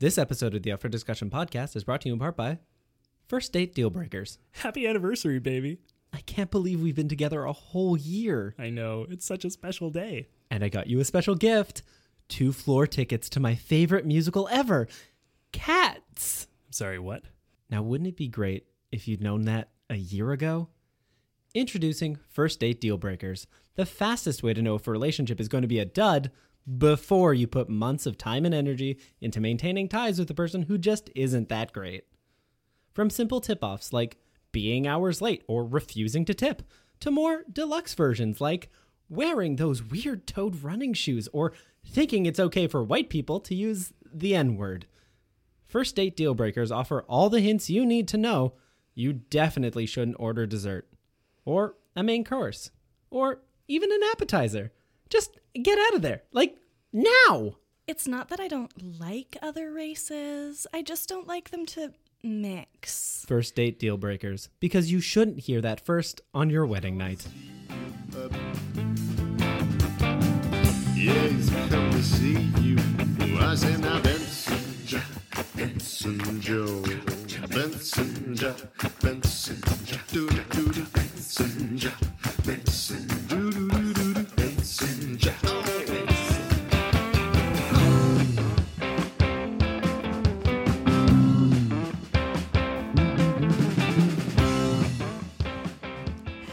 This episode of the Up for Discussion podcast is brought to you in part by First Date Deal Breakers. Happy anniversary, baby. I can't believe we've been together a whole year. I know, it's such a special day. And I got you a special gift two floor tickets to my favorite musical ever, Cats. I'm sorry, what? Now, wouldn't it be great if you'd known that a year ago? Introducing First Date Deal Breakers, the fastest way to know if a relationship is going to be a dud before you put months of time and energy into maintaining ties with a person who just isn't that great. From simple tip offs like being hours late or refusing to tip, to more deluxe versions like wearing those weird toed running shoes or thinking it's okay for white people to use the N word. First Date Deal Breakers offer all the hints you need to know you definitely shouldn't order dessert, or a main course, or even an appetizer. Just get out of there, like now! It's not that I don't like other races. I just don't like them to mix. First Date Deal Breakers, because you shouldn't hear that first on your wedding night. Yes, come to see you. I say now Benson Jack, Benson Joe, Benson Jack, Benson Jack, do do do do, Benson Jack, Benson do do do do do, Benson Jack.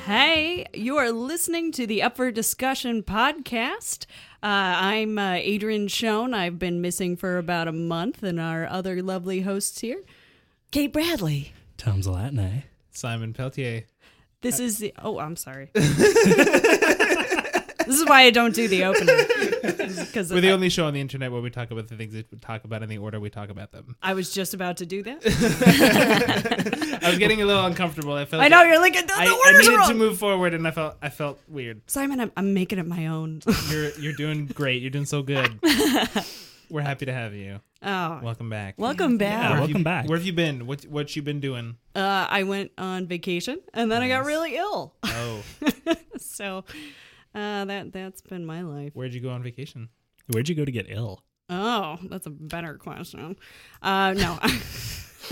Hey, you are listening to the Up for Discussion podcast. Uh, I'm uh, Adrian Schoen. I've been missing for about a month, and our other lovely hosts here. Kate Bradley. Tom's Latin, eh? Simon Peltier. This is the. Oh, I'm sorry. this is why I don't do the opening. Because We're the only show on the internet where we talk about the things that we talk about in the order we talk about them. I was just about to do that. I was getting a little uncomfortable. I felt I know like you're like the, the I, I word is needed wrong. to move forward, and I felt I felt weird. Simon, I'm, I'm making it my own. You're you're doing great. You're doing so good. We're happy to have you. oh, Welcome back. welcome Where back. have welcome you- back. Where have you been? What what you been doing? Uh, I went on vacation, and then I got really ill. Oh, So uh, that that's been my life. where'd you go on vacation? Where'd you go to get ill? Oh, that's a better question. Uh, no.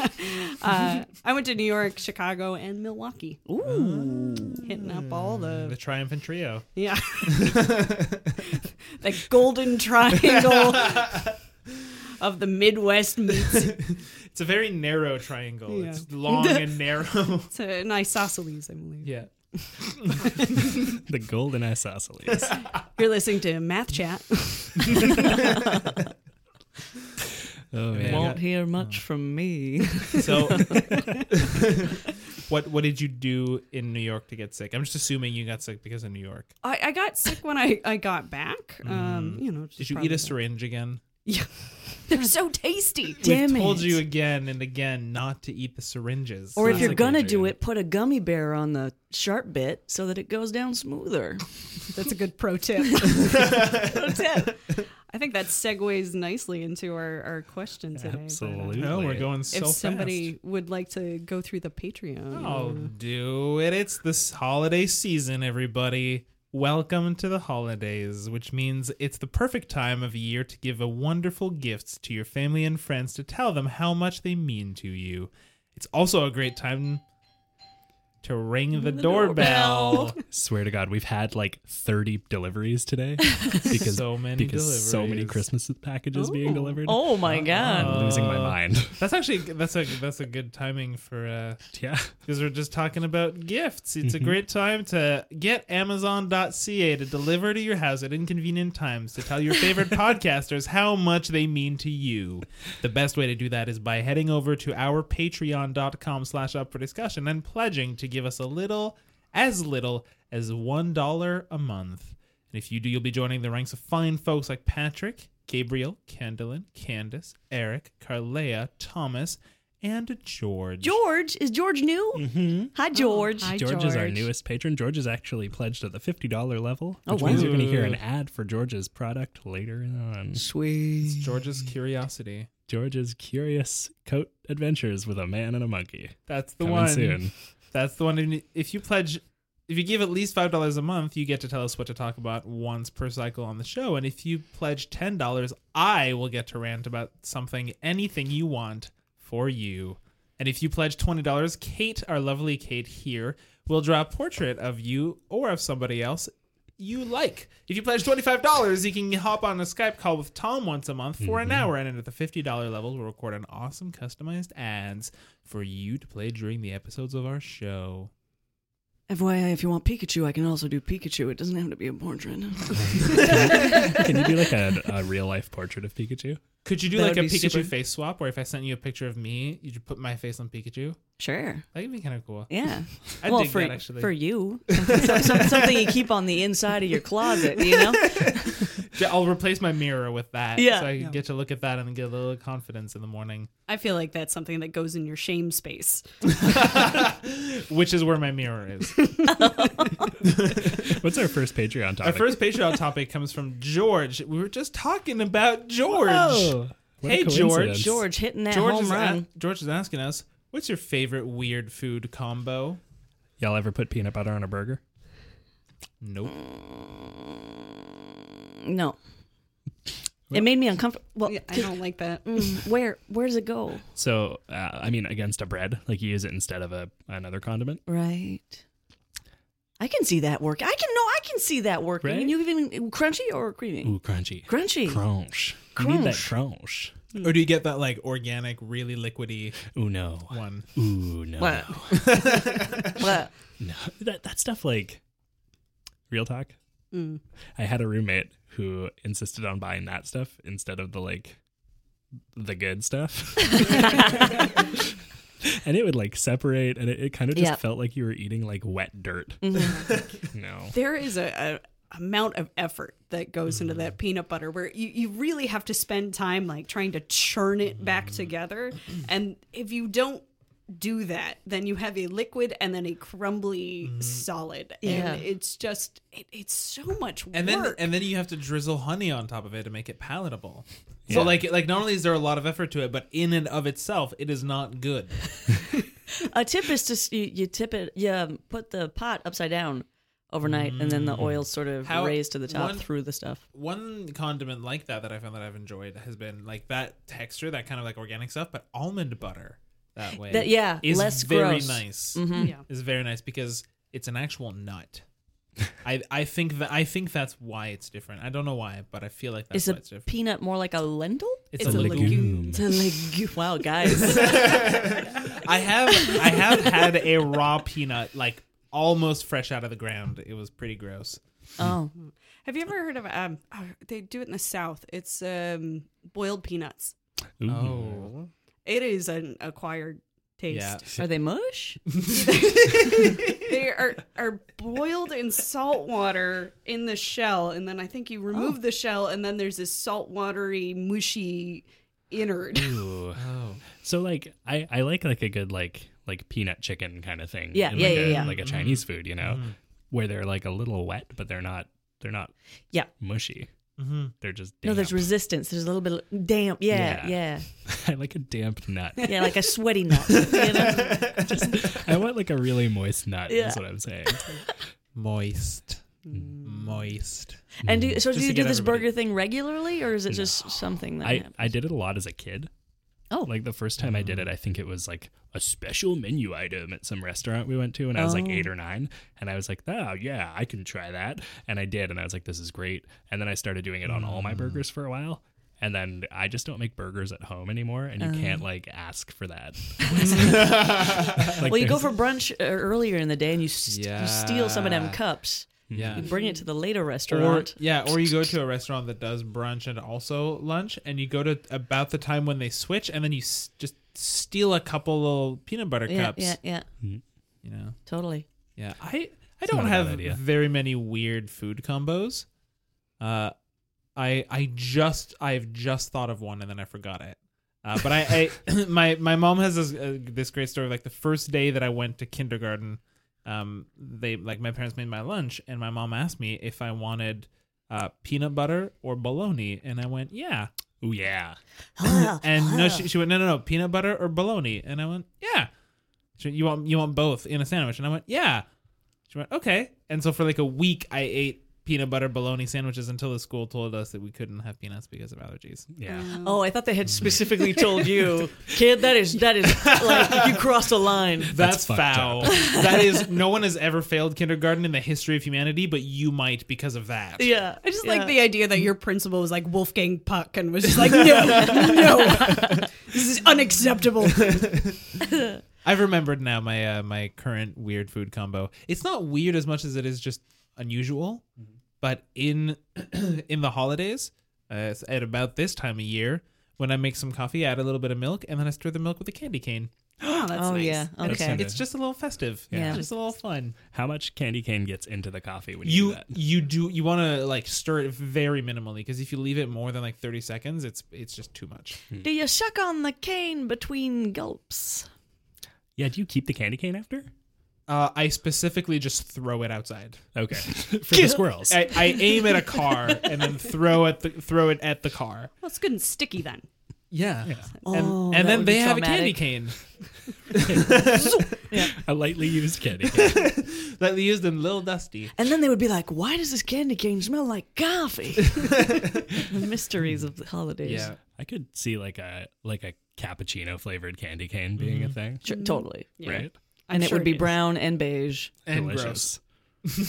uh, I went to New York, Chicago, and Milwaukee. Ooh. Hitting up all The the, Triumphant Trio. yeah. the golden triangle of the Midwest meets It's a very narrow triangle. Yeah. It's long and narrow. to an isosceles, I believe. yeah. The golden isosceles. You're listening to Math Chat. Oh, man. Won't hear much from me. So, what what did you do in New York to get sick? I'm just assuming you got sick because of New York. I, I got sick when I, I got back. Um, you know, Mm-hmm. Did you eat a syringe again? Yeah. They're so tasty. Damn Told it. you again and again not to eat the syringes. or if Sounds you're like gonna Adrian. do it, put a gummy bear on the sharp bit so that it goes down smoother. That's a good pro tip. pro tip. I think that segues nicely into our, our question today. but, uh, Absolutely. No, "Oh, we're going so If somebody fast. would like to go through the Patreon, Oh, do it! It's this holiday season, everybody. Welcome to the holidays, which means it's the perfect time of year to give a wonderful gifts to your family and friends to tell them how much they mean to you. It's also a great time to ring the doorbell. Swear to God, we've had like 30 deliveries today because So many because so many deliveries. Christmas packages being delivered. Oh my god. I'm losing my Uh, mind. That's actually that's a that's a good timing for uh yeah. because we're just talking about gifts. It's a great time to get Amazon.ca to deliver to your house at inconvenient times to tell your favorite podcasters how much they mean to you. The best way to do that is by heading over to our patreon.com slash up for discussion and pledging to give us a little as little as one dollar a month. And if you do, you'll be joining the ranks of fine folks like Patrick, Gabriel, Candelin, Candace, Eric, Carlea, Thomas, and George. George is George new? Mm-hmm. Oh, Hi George. hi, George, is our George. newest patron. George is actually pledged at the $50 level. Oh, which wow. means you're going to hear an ad for George's product later on. Sweet. George's curiosity. George's Curious Coat Advententures with a Man and a Monkey. That's the Coming one. soon. That's the one. If you pledge if you give at least five dollars a month, you get to tell us what to talk about once per cycle on the show. And if you pledge ten dollars, I will get to rant about something, anything you want for you. And if you pledge twenty dollars, Kate, our lovely Kate here, will draw a portrait of you or of somebody else you like. If you pledge $25, you can hop on a Skype call with Tom once a month for an Mm-hmm. hour. And at the $50 level, we'll record an awesome customized ads for you to play during the episodes of our show. FYI, if you want Pikachu, I can also do Pikachu. It doesn't have to be a portrait. Can you do like a, a real life portrait of Pikachu? Could you do That like a would be Pikachu super- face swap where if I sent you a picture of me, you would put my face on Pikachu? Sure. That'd be kind of cool. Yeah. I well, dig for, that actually. for you, something, some- something you keep on the inside of your closet, you know. Yeah, I'll replace my mirror with that Yeah. so I can Yeah. get to look at that and get a little confidence in the morning, I feel like that's something that goes in your shame space. which is where my mirror is. What's our first Patreon topic? Our first Patreon topic comes from George. We were just talking about George. What a Hey, coincidence. George hitting that George home is, run. a- George is asking us, what's your favorite weird food combo? Y'all ever put peanut butter on a burger? Nope. No. It made me uncomfortable. Well, I don't like that. mm, where where does it go? So, uh, I mean, against a bread, like you use it instead of a another condiment. Right. I can see that working. I can no, I can see that working. Right? And you even crunchy or creamy? Ooh, crunchy. Crunchy. Crunch. You need that crunch. Or do you get that like organic, really liquidy Ooh, no. one? Ooh, no. Wow. Well, No, that that stuff like real talk. Mm. I had a roommate who insisted on buying that stuff instead of the like the good stuff. and it would like separate and it, it kind of just Yeah. felt like you were eating like wet dirt. Mm-hmm. no. There is a, a amount of effort that goes into Mm-hmm. that peanut butter where you, you really have to spend time like trying to churn it Mm-hmm. back together. And if you don't do that, then you have a liquid and then a crumbly Mm-hmm. solid. Yeah. And it's just it, it's so much work. And then and then you have to drizzle honey on top of it to make it palatable. So like like not only is there a lot of effort to it, but in and of itself, it is not good. a tip is just you, you tip it, you um, put the pot upside down overnight, and then the oil sort of Mm. How- raised to the top one- through the stuff. One condiment like that that I found that I've enjoyed has been like that texture, that kind of like organic stuff, but almond butter that way. That- yeah, is less very gross. Mm-hmm. nice. yeah. is very nice because it's an actual nut. I I think that I think that's why it's different. I don't know why, but I feel like that's Is why a it's different. peanut more like a lentil? It's, it's a a legume. legume. It's a leg- wow, guys. I have I have had a raw peanut like almost fresh out of the ground. It was pretty gross. oh, Have you ever heard of um? oh, They do it in the South. It's um boiled peanuts. Ooh. Oh, It is an acquired taste. yeah. are they mush? They are are boiled in salt water in the shell, and then I think you remove the shell, and then there's this salt watery mushy innard. Ooh. So like I, I like like a good like like peanut chicken kind of thing. Yeah, in, yeah, like yeah, a, yeah. Like a Chinese food, you know, where they're like a little wet, but they're not they're not Yeah. mushy. Mhm. They're just No, there's damp. resistance. There's a little bit of damp. Yeah, Yeah. yeah, I like a damp nut. yeah, like a sweaty nut. you know? I want like a really moist nut. Yeah. Is what I'm saying. moist, moist. And do, so, Just do to you do get this everybody- burger thing regularly, or is it just something that I happens? I did it a lot as a kid. Oh. Mm. like the first time I did it, I think it was like a special menu item at some restaurant we went to, and I was like Oh. eight or nine, and I was like, "Oh yeah, I can try that," and I did, and I was like, "This is great," and then I started doing it on all Mm. my burgers for a while. And then I just don't make burgers at home anymore, and Uh. you can't like ask for that. Like, well, you go there's- for brunch uh, earlier in the day, and you, st- you steal some of them Yeah. cups. Yeah. You bring it to the later Or Mm-hmm. restaurant. yeah, or you go to a restaurant that does brunch and also lunch, and you go to about the time when they switch, and then you s- just steal a couple little peanut butter yeah, cups. yeah, yeah, You know. totally. Yeah, I I don't not a bad have idea. very many weird food combos. Uh, I I just I've just thought of one and then I forgot it. Uh, but I, I my my mom has this, uh, this great story. Like the first day that I went to kindergarten, um, they like my parents made my lunch and my mom asked me if I wanted uh, peanut butter or bologna, and I went yeah. Ooh, yeah. And no, she, she went, no, no, no, peanut butter or bologna. And I went, yeah. She, went, you want you want both in a sandwich? And I went, yeah. She went, okay. And so for like a week, I ate peanut butter bologna sandwiches until the school told us that we couldn't have peanuts because of allergies. Yeah. Oh, I thought they had specifically told you, kid. That is that is like you crossed a line. That's, fucked foul. that is no one has ever failed kindergarten in the history of humanity, but you might because of that. Yeah, I just like yeah. the idea that your principal was like Wolfgang Puck and was just like, no, no, this is unacceptable. I've remembered now my uh, my current weird food combo. It's not weird as much as it is just unusual. Mm-hmm. But in in the holidays, uh, at about this time of year, when I make some coffee, I add a little bit of milk, and then I stir the milk with a candy cane. Oh, that's Oh nice. yeah. That's Okay. nice. It's just a little festive. Yeah. It's just a little fun. How much candy cane gets into the coffee when you, You do that? you do you want to like stir it very minimally because if you leave it more than like thirty seconds, it's it's just too much. Do you suck on the cane between gulps? Yeah, do you keep the candy cane after? Uh, I specifically just throw it outside. Okay. For the squirrels. I, I aim at a car and then throw at the throw it at the car. Well, it's good and sticky then. Yeah. And, Oh, and that then would be they have a candy traumatic. cane A lightly used candy cane. that they used in Little Dusty. And then they would be like, "Why does this candy cane smell like coffee?" the mysteries of the holidays. Yeah. I could see like a like a cappuccino flavored candy cane being a thing. Sure, totally. Mm-hmm. Yeah. Right? I'm and it sure would be is. brown and beige. And gross. Delicious.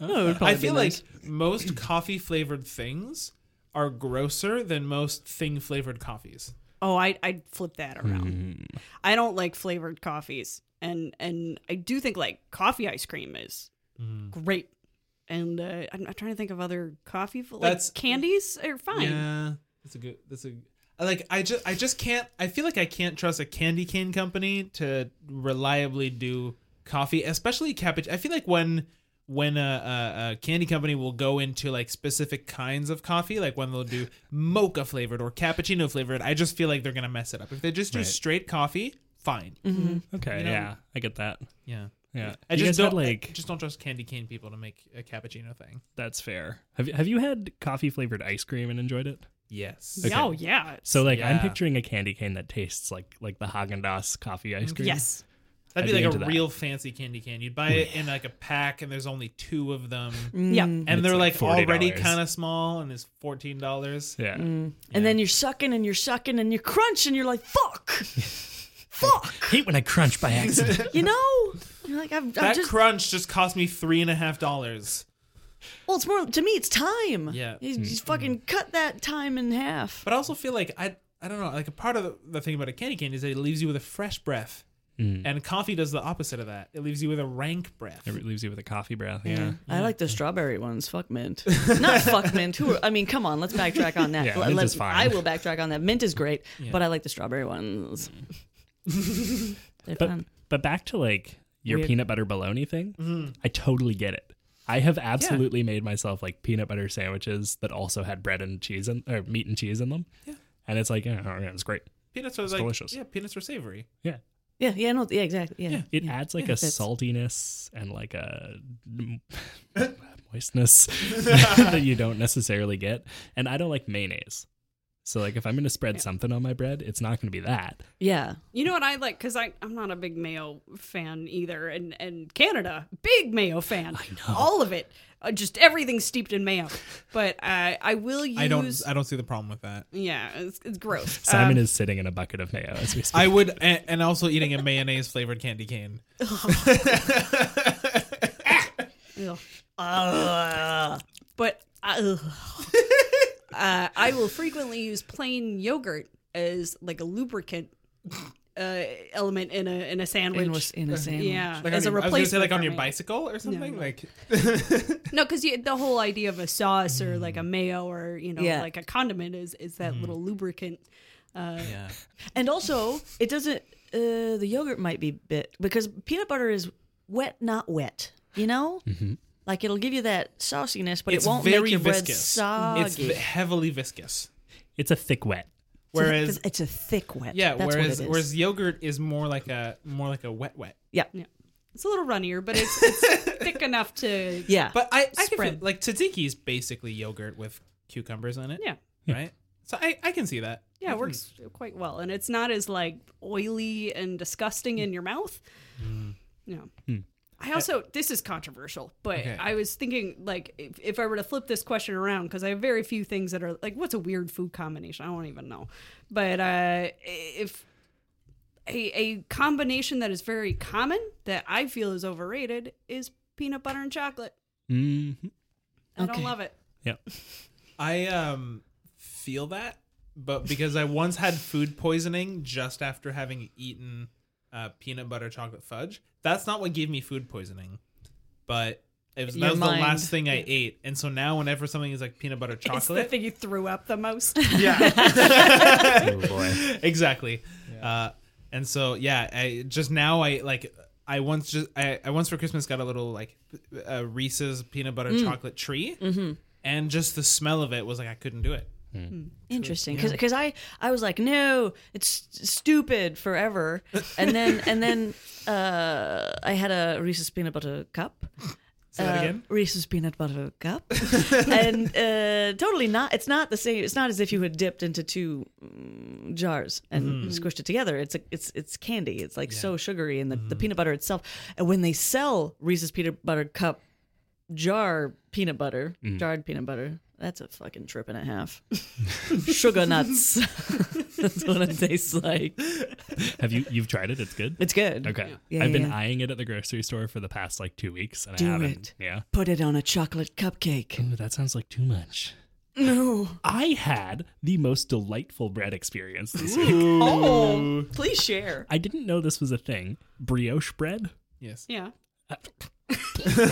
Oh, I feel like most coffee flavored things are grosser than most thing flavored coffees. Oh, I, I'd flip that around. I don't like flavored coffees. And and I do think like coffee ice cream is Mm. great. And uh, I'm, I'm trying to think of other coffee, like That's- candies are fine. Yeah, that's a good. That's a I like. I just. I just can't. I feel like I can't trust a candy cane company to reliably do coffee, especially cappuccino. I feel like when when a, a, a candy company will go into like specific kinds of coffee, like when they'll do mocha flavored or cappuccino flavored, I just feel like they're gonna mess it up. If they just do Right. straight coffee, fine. Okay, yeah. I get that. Yeah. Yeah. I You just guys don't had, like I just don't trust candy cane people to make a cappuccino thing. that's fair. Have you have you had coffee flavored ice cream and enjoyed it? Yes. Okay. Oh yeah. So like I'm Yeah. picturing a candy cane that tastes like like the Haagen Dazs coffee ice cream. yes. That'd I'd be be like a into that. real fancy candy can. You'd buy it in like a pack, and there's only two of them, Yeah. and they're it's like, like already $40. kind of small, and it's fourteen dollars. Yeah. And then you're sucking and you're sucking and you're crunching. You're like, "Fuck, fuck," Hate when I crunch by accident. you know. You're like, "I've, That I've just." crunch just cost me three and a half dollars. well, it's more to me. It's time. Yeah. Mm-hmm. you just fucking cut that time in half. But I also feel like I, I don't know. Like a part of the, the thing about a candy cane is that it leaves you with a fresh breath, Mm. and coffee does the opposite of that. It leaves you with a rank breath. it leaves you with a coffee breath. Yeah. uh, Yeah. I like the strawberry ones. Fuck mint. Not fuck mint. Who? Are, I mean, come on. Let's backtrack on that. Yeah, Let- mint let's- is fine. I will backtrack on that. Mint is great, but I like the strawberry ones. They're Mm-hmm. But fun. but back to like your Weird. peanut butter bologna thing. I totally get it. I have absolutely made myself like peanut butter sandwiches that also had bread and cheese in, or meat and cheese in them. Yeah. And it's like, oh, yeah, it's great. Peanuts are like delicious. yeah, peanuts are savory. Yeah. Yeah, yeah, no, yeah, exactly. Yeah, It adds like a that's- saltiness and like a m- moistness that you don't necessarily get. And I don't like mayonnaise. So like if I'm going to spread something on my bread, it's not going to be that. yeah. You know what I like? Because I'm not a big mayo fan either. And, and Canada, big mayo fan. I know. All of it. Uh, just everything steeped in mayo. But uh, I will use. I don't. I don't see the problem with that. yeah, it's, it's gross. Simon is sitting in a bucket of mayo as we speak. I would, and, and also eating a mayonnaise flavored candy cane. Ugh. Ugh. but ugh. uh, I will frequently use plain yogurt as like a lubricant uh, element in a in a In, sandwich. in a sandwich. yeah, Like on as a your- I was gonna replacement. say like on for your mayo. bicycle or something. Like No, because the whole idea of a sauce or like a Mm-hmm. mayo or you know Yeah. like a condiment is is that little lubricant. yeah. And also, it doesn't. Uh, the yogurt might be bit because peanut butter is wet, not wet. You know, Mm-hmm. like it'll give you that sauciness, but it won't make your bread soggy. It's v- heavily viscous. it's a thick wet. Whereas it's a thick wet. yeah, That's whereas what it is. whereas yogurt is more like a more like a wet wet. yeah, It's a little runnier, but it's, it's thick enough to yeah. But I, I can feel, Spread. like tzatziki is basically yogurt with cucumbers in it. yeah Right. So I, I can see that. yeah it works quite well, and it's not as like oily and disgusting in your mouth. Yeah, I also this is controversial, but Okay. I was thinking like if, if I were to flip this question around because I have very few things that are like what's a weird food combination? I don't even know. But uh, if a, a combination that is very common that I feel is overrated is peanut butter and chocolate. Mhm. I don't love it. I um feel that, but because I once had food poisoning just after having eaten uh, peanut butter chocolate fudge. That's not what gave me food poisoning, but it was, that Your was mind. the last thing I ate, and so now whenever something is like peanut butter It's the chocolate, thing you threw up the most. yeah, boy. exactly. Uh, and so yeah, I just now I like. I once just I, I once for Christmas got a little like uh, Reese's peanut butter Mm. chocolate tree, Mm-hmm. and just the smell of it was like I couldn't do it. Interesting, because I I was like, no, it's s- stupid forever, and then and then uh, I had a Reese's peanut butter cup. Say that Uh, again. Reese's peanut butter cup, and uh, totally not. It's not the same. It's not as if you had dipped into two mm, jars and Mm-hmm. squished it together. It's a, it's it's candy. It's like so sugary, and the, Mm-hmm. the peanut butter itself. And when they sell Reese's peanut butter cup jar peanut butter, Mm-hmm. jarred peanut butter. That's a fucking trip and a half. Sugar nuts. That's what it tastes like. Have you you've tried it? It's good. It's good. Okay. Yeah, I've yeah, been yeah. eyeing it at the grocery store for the past like two weeks, and Do I haven't. it. Yeah. Put it on a chocolate cupcake. Ooh, that sounds like too much. No. I had the most delightful bread experience this week. Oh, please share. I didn't know this was a thing. Brioche bread. Yes. yeah.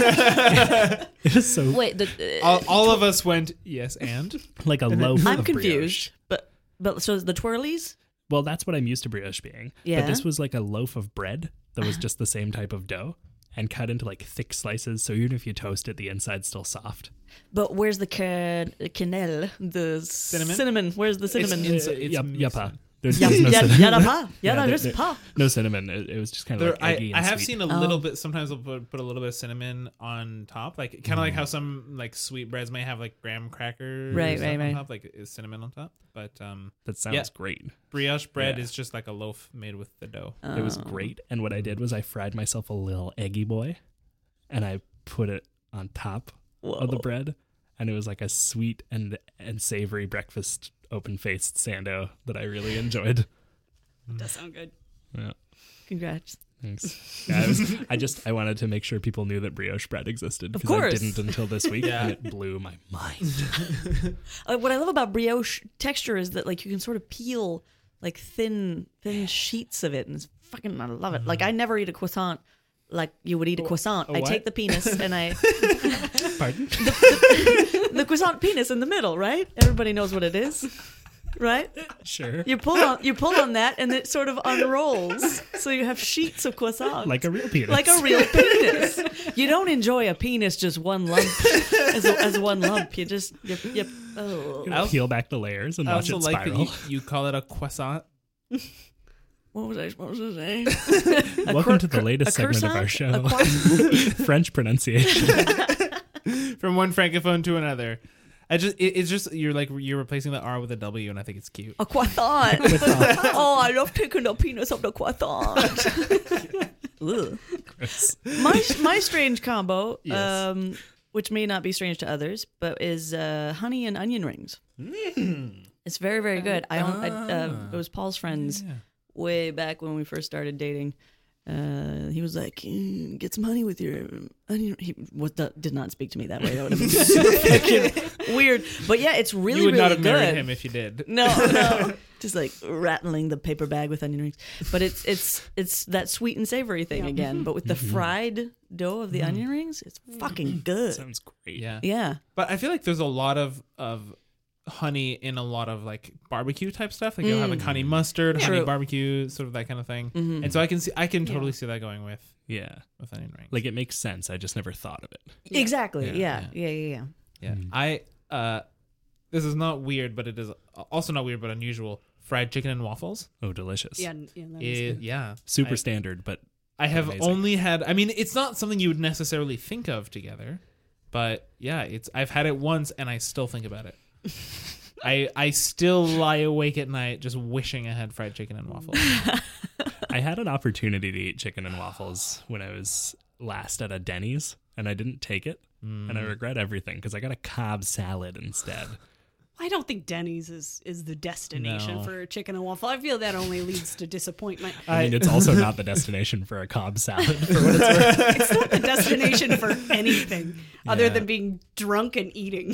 It is so Wait, the, uh, all, all of us went yes and like a loaf. I'm of confused. Brioche. But but so the twirlies? Well, that's what I'm used to brioche being. Yeah. But this was like a loaf of bread that was just the same type of dough and cut into like thick slices. So even if you toast it, the inside's still soft. But where's the can- quenelle? The cinnamon? Cinnamon. Where's the cinnamon? It's- Uh, it's yup- mixed. yuppa. There's, Yeah, there's no yeah, cinnamon. yeah, pa. Yeah, there- there's there- pa. No cinnamon. It, it was just kind of there, like I, eggy I and have sweet. Oh. seen a little bit sometimes i'll put, put a little bit of cinnamon on top like kind Mm. of like how some like sweet breads may have like graham crackers or Right, stuff right, right. on top like is cinnamon on top but um that sounds Yeah. great. brioche bread Yeah. Oh. is just like a loaf made with the dough It Oh. was great. And what I did was I fried myself a little eggy boy and I put it on top of the bread. And it was like a sweet and and savory breakfast open faced sando that I really enjoyed. Does sound good. Yeah. Congrats. Thanks. Yeah, I, was, I just I wanted to make sure people knew that brioche bread existed because I course. didn't until this week, Yeah. and it blew my mind. Uh, what I love about brioche texture is that like you can sort of peel like thin thin sheets of it, and it's fucking I love it. Like I never eat a croissant like you would eat a croissant. I what? take the penis and I Pardon? the croissant penis in the middle, right? Everybody knows what it is, right? Sure. You pull on you pull on that, and it sort of unrolls, so you have sheets of croissant. Like a real penis. like a real penis. You don't enjoy a penis just one lump as, as one lump. You just you, you, oh. I'll peel back the layers and i watch also it like that spiral. you, you call it a croissant What was I supposed to say? Welcome to the latest segment of our show, French pronunciation. from one francophone to another i just it, it's just you're like you're replacing the r with a w and i think it's cute A croissant. oh, I love taking the penis of the croissant. Ugh. my my strange combo, um, which may not be strange to others, but is uh, honey and onion rings. Mm. It's very very good. I, own, I uh, Ah. it was Paul's friends way back when we first started dating. Uh, he was like, "Mm, "Get some honey with your onion." He was, did not speak to me that way. That would have been so fucking weird. But yeah, it's really you would really not have good. married him if you did No, no. Just like rattling the paper bag with onion rings. But it's it's it's that sweet and savory thing again, but with the fried dough of the onion rings, it's fucking good. Sounds great. yeah Yeah. But I feel like there's a lot of of honey in a lot of like barbecue type stuff. Like you'll have like honey Mm. mustard, honey True. barbecue, sort of that kind of thing. And so I can see I can totally see that going with Yeah. with onion rings. Like it makes sense. I just never thought of it. Exactly. Yeah, Yeah. Yeah, yeah, yeah. yeah, mm. I uh, this is not weird, but it is also not weird but unusual. Fried chicken and waffles. Oh, delicious. Yeah. n- yeah that is Eh, good. yeah, Super I- standard, but I have Amazing. only had. I mean, it's not something you would necessarily think of together, but yeah, it's. I've had it once, and I still think about it. I I still lie awake at night just wishing I had fried chicken and waffles. I had an opportunity to eat chicken and waffles when I was last at a Denny's and I didn't take it. And I Mm. regret everything because I got a Cobb salad instead. I don't think Denny's is, is the destination No. for a chicken and waffle. I feel that only leads to disappointment. I mean, it's also not the destination for a Cobb salad. For what it's it's not the destination for anything other Yeah. than being drunk and eating.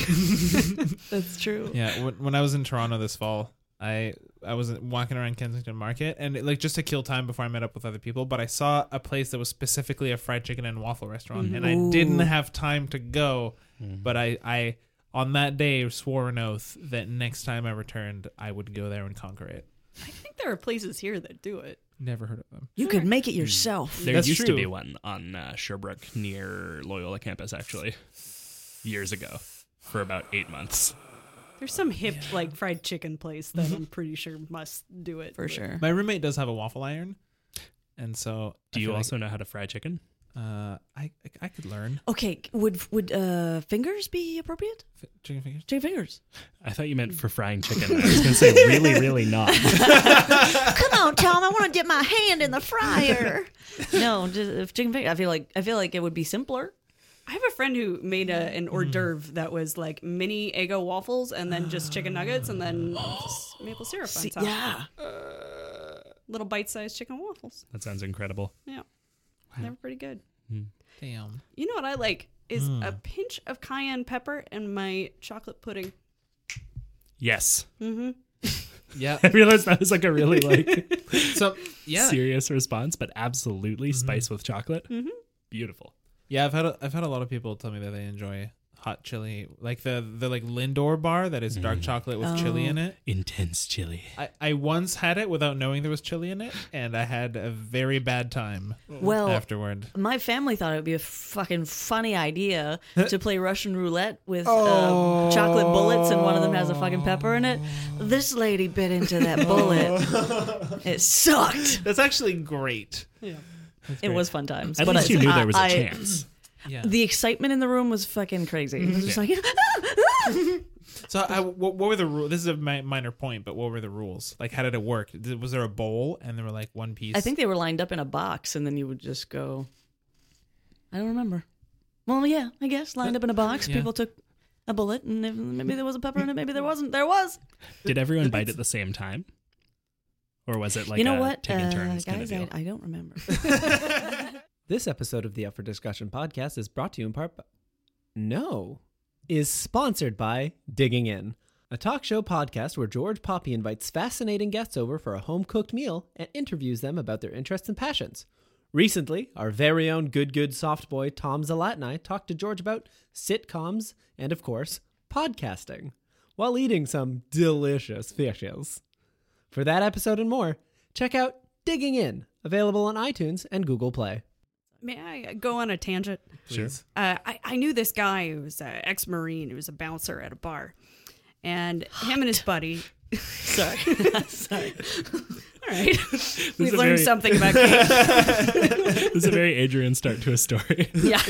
That's true. Yeah, when, when I was in Toronto this fall, I I was walking around Kensington Market and it, like just to kill time before I met up with other people, but I saw a place that was specifically a fried chicken and waffle restaurant, Mm-hmm. and I didn't have time to go, but I I on that day swore an oath that next time I returned I would go there and conquer it. I think there are places here that do it. Never heard of them. You could make it yourself. There That's used true. to be one on uh, Sherbrooke near Loyola campus, actually, years ago, for about eight months. There's some hip like fried chicken place that I'm pretty sure must do it For but- sure. My roommate does have a waffle iron, and so I Do you feel like, also know how to fry chicken? uh, I I could learn Okay, would would uh fingers be appropriate? F- chicken fingers. Chicken fingers. I thought you meant for frying chicken. I was going to say, really, really not. Come on, Tom. I want to dip my hand in the fryer. no, just uh, chicken fingers. I feel like I feel like it would be simpler. I have a friend who made a, an hors Mm-hmm. d'oeuvre that was like mini Eggo waffles and then just chicken nuggets and then s- maple syrup on top. Uh, yeah. Little bite-sized chicken waffles. That sounds incredible. Yeah. They were pretty good. Damn. You know what I like is Hmm. a pinch of cayenne pepper and my chocolate pudding. Yes. Yeah. I realized that was like a really like so yeah. serious response, but Mm-hmm. absolutely spice with chocolate. Beautiful. Yeah, I've had a, I've had a lot of people tell me that they enjoy hot chili, like the the like Lindor bar that is dark chocolate with chili Oh. in it. Intense chili. I, I once had it without knowing there was chili in it, and I had a very bad time Well, afterward. my family thought it would be a fucking funny idea to play Russian roulette with Oh. uh, chocolate bullets, and one of them has a fucking pepper in it. This lady bit into that bullet. it sucked. That's actually great. It was fun times. At but least I- you knew there was a I- mm. chance. Yeah. The excitement in the room was fucking crazy. It was just like, "Ah!" so, I, what, what were the rules? This is a mi- minor point, but what were the rules? Like, how did it work? Did- Was there a bowl and there were like one piece? I think they were lined up in a box, and then you would just go. I don't remember. Well, yeah, I guess lined Uh, up in a box. Yeah. People took a bullet, and if- maybe there was a pepper in it. Maybe there wasn't. There was. Did everyone bite at the same time? Or was it like you know a what, taking Uh, turns kind of guys? deal? I, I don't remember. This episode of the Up for Discussion podcast is brought to you in part by. No. Is sponsored by Digging In, a talk show podcast where George Poppy invites fascinating guests over for a home cooked meal and interviews them about their interests and passions. Recently, our very own good, good soft boy Tom Zalat and I talked to George about sitcoms and, of course, podcasting while eating some delicious fishes. For that episode and more, check out Digging In, available on iTunes and Google Play. May I uh, go on a tangent? Please. uh, I, I knew this guy who was an ex Marine, who was a bouncer at a bar. And him and his buddy. Sorry, sorry. All right. We've a learned very- something about games. This is a very Adrian start to a story. yeah.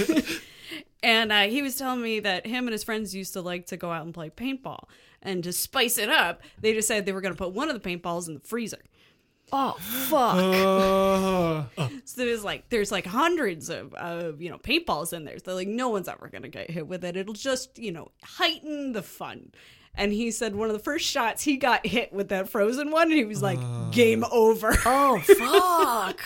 And uh, he was telling me that him and his friends used to like to go out and play paintball. And to spice it up, they decided they were going to put one of the paintballs in the freezer. Oh fuck! Oh, So there's like there's like hundreds of, of you know paintballs in there. So like no one's ever gonna get hit with it. It'll just you know heighten the fun. And he said one of the first shots he got hit with that frozen one, and he was like, "Game over." Oh fuck!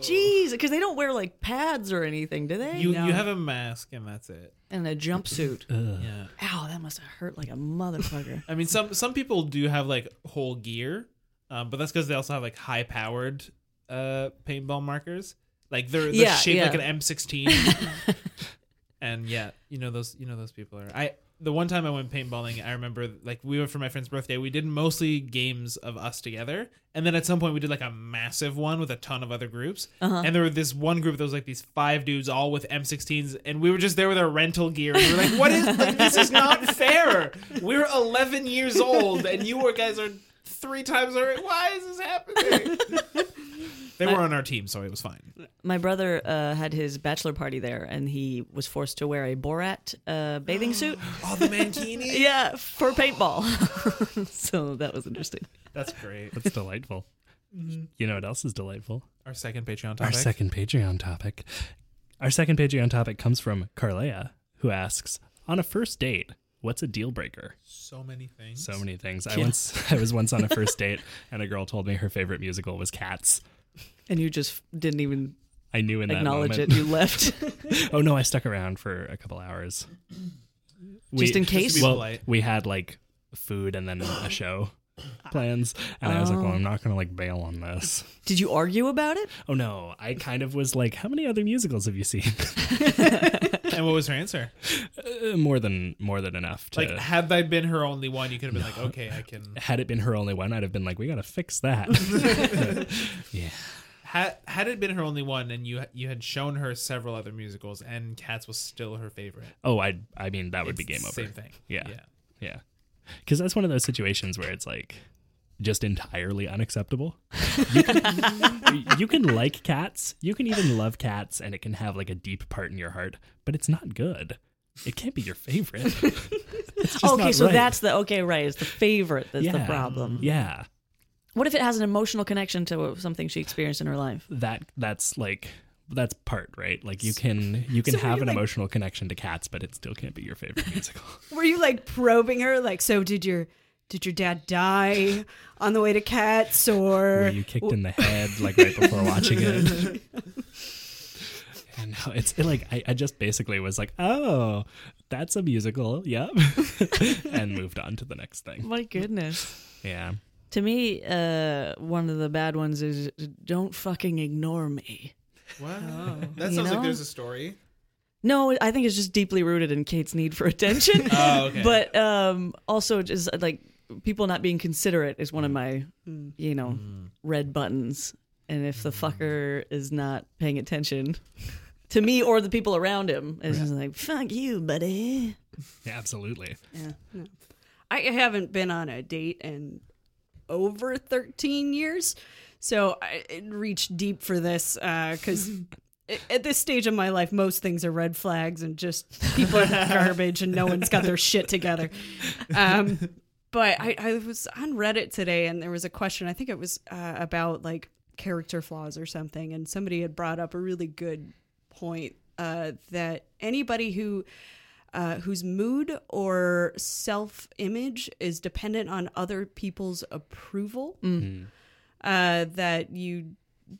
Jeez, because they don't wear like pads or anything, do they? you No. you have a mask and that's it. and a jumpsuit. Yeah. Ow, that must have hurt like a motherfucker. I mean, some some people do have like whole gear, um, but that's because they also have like high powered uh, paintball markers. Like they're, they're Yeah, shaped like yeah. an M sixteen. and yeah, you know those you know those people are. I the one time I went paintballing, I remember like we went for my friend's birthday. We did mostly games of us together, and then at some point we did like a massive one with a ton of other groups. And there were this one group that was like these five dudes all with M16s, and we were just there with our rental gear. And we were like, "What is like, this? Is not fair. We're 11 years old, and you guys are three times our. Why is this happening?" They were on our team, so it was fine. My brother uh, had his bachelor party there, and he was forced to wear a Borat uh, bathing suit. Oh, the mankini. yeah, for paintball. so that was interesting. That's great. That's delightful. Mm-hmm. You know what else is delightful? Our second Patreon topic. Our second Patreon topic. Our second Patreon topic comes from Carlea, who asks, "On a first date, what's a deal breaker?" So many things. So many things. I once I was once on a first date, and a girl told me her favorite musical was Cats. And you just didn't even I knew in that acknowledge moment. it. You left Oh no, I stuck around for a couple hours. We- just in Just to case. be well, polite. we had like food and then a show plans, and I was like, "Well, I'm not gonna like bail on this." Did you argue about it? Oh no, I kind of was like, "How many other musicals have you seen?" and what was her answer? Uh, more than more than enough. To, Like, had that been her only one, you could have been like, okay, I can. had it been her only one, I'd have been like, "We gotta fix that." Had, had it been her only one, and you you had shown her several other musicals, and Cats was still her favorite, oh, I I mean that would be game It's over. the Same thing. Yeah. Yeah. Because that's one of those situations where it's like just entirely unacceptable. You can, you can like cats, you can even love cats, and it can have like a deep part in your heart, but it's not good. It can't be your favorite. It's just Okay, not so right. that's the okay, right? It's the favorite that's the Yeah. problem. Yeah. What if it has an emotional connection to something she experienced in her life? That that's like that's part, right? Like you can you can So were have you, an like- emotional connection to cats, but it still can't be your favorite musical. Were you like probing her? Like, so did your did your dad die on the way to cats or Were you kicked in the head like right before watching it? And no, it's it, like I, I just basically was like, oh, that's a musical, yep, and moved on to the next thing. My goodness. Yeah, To me, uh, one of the bad ones is don't fucking ignore me. Wow. that You sounds know? like there's a story. No, I think it's just deeply rooted in Kate's need for attention. Oh, okay. But um, also, just like people not being considerate is one of my, you know, Mm. red buttons. And if the fucker is not paying attention to me or the people around him, it's just like, fuck you, buddy. yeah, absolutely. Yeah, no. I haven't been on a date in over 13 years, so I it reached deep for this because at this stage of my life, most things are red flags and just people are garbage and no one's got their shit together. Um, but I, I was on Reddit today and there was a question. I think it was uh, about like character flaws or something, and somebody had brought up a really good point uh, that anybody who uh, whose mood or self image is dependent on other people's approval uh, that you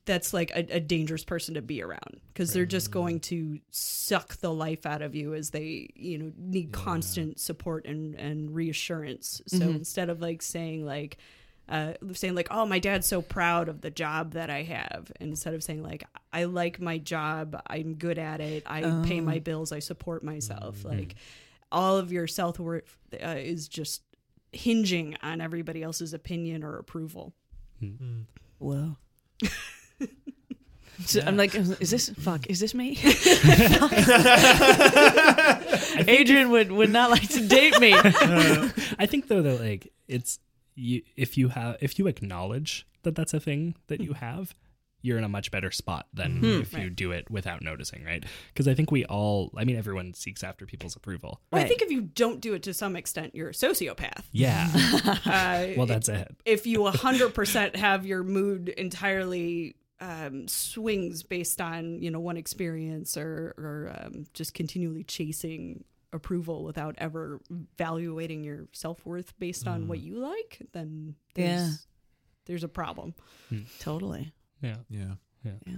that's like a, a dangerous person to be around because they're just going to suck the life out of you as they you know need constant support and and reassurance so instead of like saying like uh, saying like oh my dad's so proud of the job that i have instead of saying like i like my job i'm good at it i pay my bills i support myself like all of your self-worth uh, is just hinging on everybody else's opinion or approval Whoa. So I'm like, is this fuck? Is this me? Adrian would would not like to date me. I think though that like it's you if you have if you acknowledge that that's a thing that you have, you're in a much better spot than if you do it without noticing, right? Because I think we all, I mean, everyone seeks after people's approval. Well, I Right. think if you don't do it to some extent, you're a sociopath. Yeah, Uh, well, that's it. if you 100% have your mood entirely um, swings based on, you know, one experience or, or um, just continually chasing approval without ever evaluating your self-worth based on Mm. what you like, then there's, Yeah. there's a problem. Totally. Yeah. Yeah. Yeah. Yeah.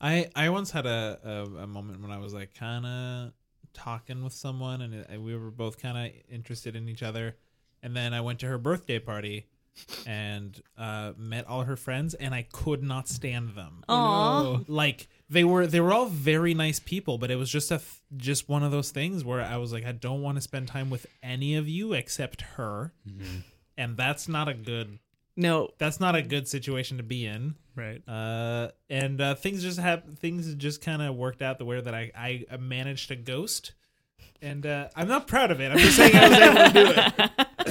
I I once had a a, a moment when I was like kind of talking with someone, and, it, and we were both kind of interested in each other. And then I went to her birthday party and uh, met all her friends, and I could not stand them. Aw. Like they were they were all very nice people, but it was just a f- just one of those things where I was like, I don't want to spend time with any of you except her, and that's not a good No. that's not a good situation to be in Right. uh, and uh, things just have things just kind of worked out the way that I I uh, managed to ghost, and uh, I'm not proud of it. I'm just saying I was able to do it.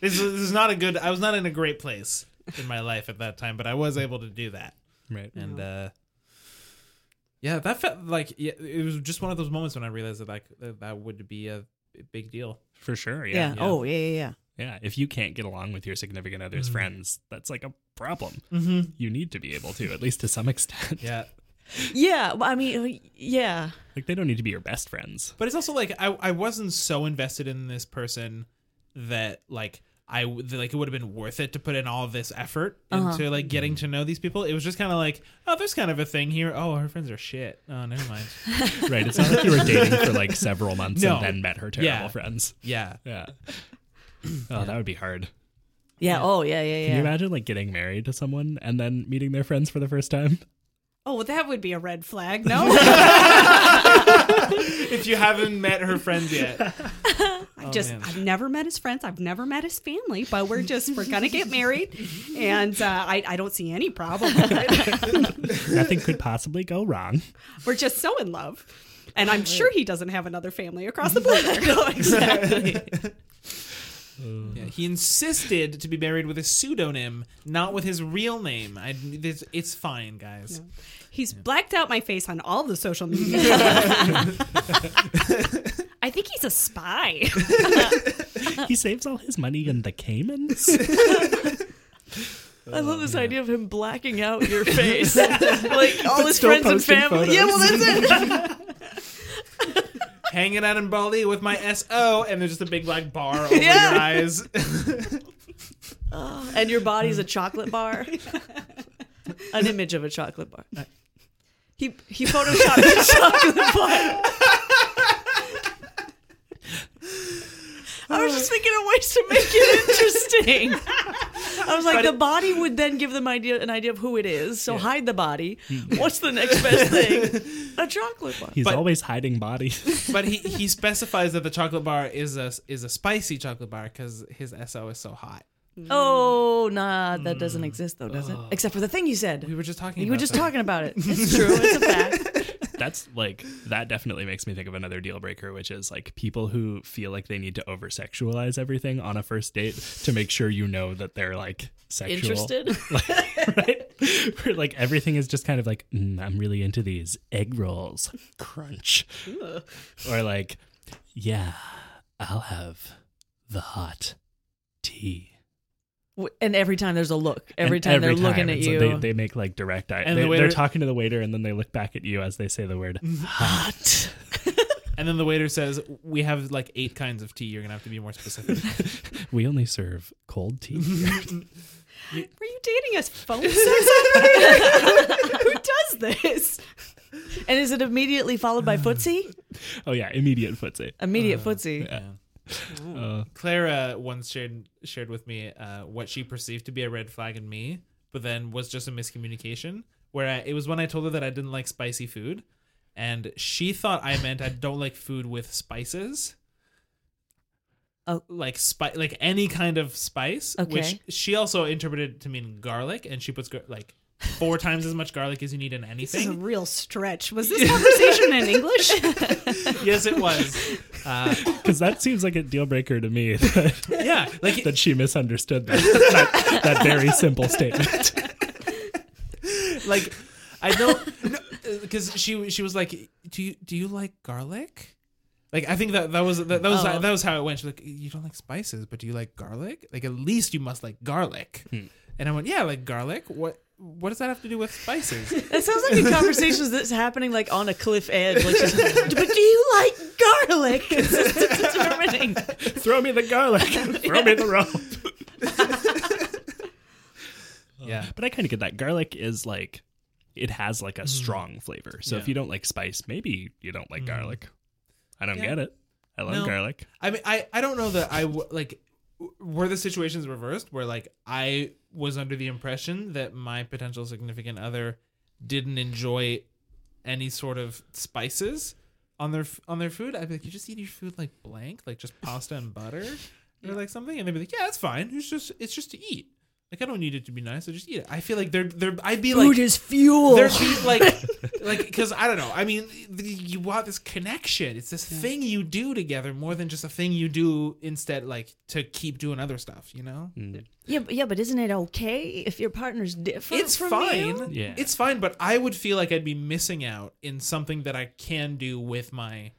this, is, this is not a good. I was not in a great place in my life at that time, but I was able to do that, Right. and uh, yeah, that felt like yeah, it was just one of those moments when I realized that like that, that would be a big deal. For sure. Yeah. Yeah. Oh, yeah, yeah, yeah. Yeah. If you can't get along with your significant Mm-hmm. other's friends, that's like a problem. You need to be able to, at least to some extent. Yeah. Yeah, well, I mean, uh, yeah. Like they don't need to be your best friends. But it's also like I, I wasn't so invested in this person that like I w- that, like it would have been worth it to put in all this effort into like getting to know these people. It was just kind of like oh, there's kind of a thing here. Oh, her friends are shit. Oh, never mind. Right. It's not like you were dating for like several months No. and then met her terrible Yeah. friends. yeah, Yeah. Oh, that would be hard. Yeah, oh, yeah, yeah, Can yeah. you imagine like getting married to someone and then meeting their friends for the first time? Oh, well, that would be a red flag. No, if you haven't met her friends yet, I've just man. I've never met his friends. I've never met his family, but we're just we're gonna get married, and uh, I I don't see any problem. with it. Nothing could possibly go wrong. We're just so in love, and I'm sure he doesn't have another family across the border. yeah, he insisted to be married with a pseudonym, not with his real name. I this, it's fine, guys. He's blacked out my face on all the social media. I think he's a spy. Uh. He saves all his money in the Caymans. I love this idea of him blacking out your face. like all his still friends and posting family. photos. Yeah, well, that's it. Hanging out in Bali with my SO, and there's just a big black bar over Yeah. your eyes. and your body's Mm. a chocolate bar. An image of a chocolate bar. He he photoshopped a chocolate bar. I was Uh. just thinking of ways to make it interesting. I was like, the body would then give them idea an idea of who it is. So hide the body. Hmm. What's the next best thing? A chocolate bar. He's But- always hiding bodies. but he, he specifies that the chocolate bar is a is a spicy chocolate bar because his SO is so hot. Oh, nah, that doesn't exist though, does it? Except for the thing you said. Hmm. Oh. We were just talking. You were about just that. talking about it. It's true. It's a fact. That's like that definitely makes me think of another deal breaker, which is like people who feel like they need to over sexualize everything on a first date to make sure you know that they're like sexual. Interested? right? Where like everything is just kind of like, "Mm, I'm really into these egg rolls, crunch, or like, yeah, I'll have the hot tea. W- And every time there's a look. Every And time they're looking at it's- you. they, they make like direct eye. And they, the waiter- are talking to the waiter, and then they look back at you as they say the word hot. And then the waiter says, "We have like eight kinds of tea. You're gonna have to be more specific." we only serve cold tea. Were you dating a phone sex operator? Who does this? and is it immediately followed by footsie? oh yeah, immediate footsie. Immediate footsie. Clara once shared shared with me uh, what she perceived to be a red flag in me, but then was just a miscommunication. Where I, it was when I told her that I didn't like spicy food, and she thought I meant I don't like food with spices. Oh. like spice, like any kind of spice. Which Okay. she also interpreted to mean garlic, and she puts gar- like four times as much garlic as you need in This is a anything. real stretch. Was this conversation in English? yes, it was. Uh, Because that seems like a deal breaker to me that, yeah, like that she misunderstood that, that that very simple statement. like I don't because she she was like, do you do you like garlic? Like I think that that was that, that was Oh. that was how it went. She's like, you don't like spices, but do you like garlic? Like at least you must like garlic. And I went, yeah, I like garlic. What what does that have to do with spices? That sounds like a conversation that's happening like on a cliff edge. Like, she's, but do you like garlic? It's just determining. Throw me the garlic. Throw me the rope. yeah, But I kind of get that. Garlic is like, it has like a strong flavor. So if Yeah. you don't like spice, maybe you don't like garlic. I don't Yeah. get it. I love No. garlic. I mean, I I don't know that I w- like. w- Were the situations reversed where like I was under the impression that my potential significant other didn't enjoy any sort of spices on their f- on their food? I'd be like, you just eat your food like blank, like just pasta and butter or like something, and they'd be like, yeah, that's fine. It's just it's just to eat. Like I don't need it to be nice. I just eat it. I feel like they're they're. I'd be like is fuel. there'd be like like because i don't know i mean th- you want this connection it's this thing you do together more than just a thing you do instead like to keep doing other stuff you know Yeah, but, yeah, but isn't it okay if your partner's different? it's from fine you? Yeah. it's fine but i would feel like i'd be missing out in something that i can do with my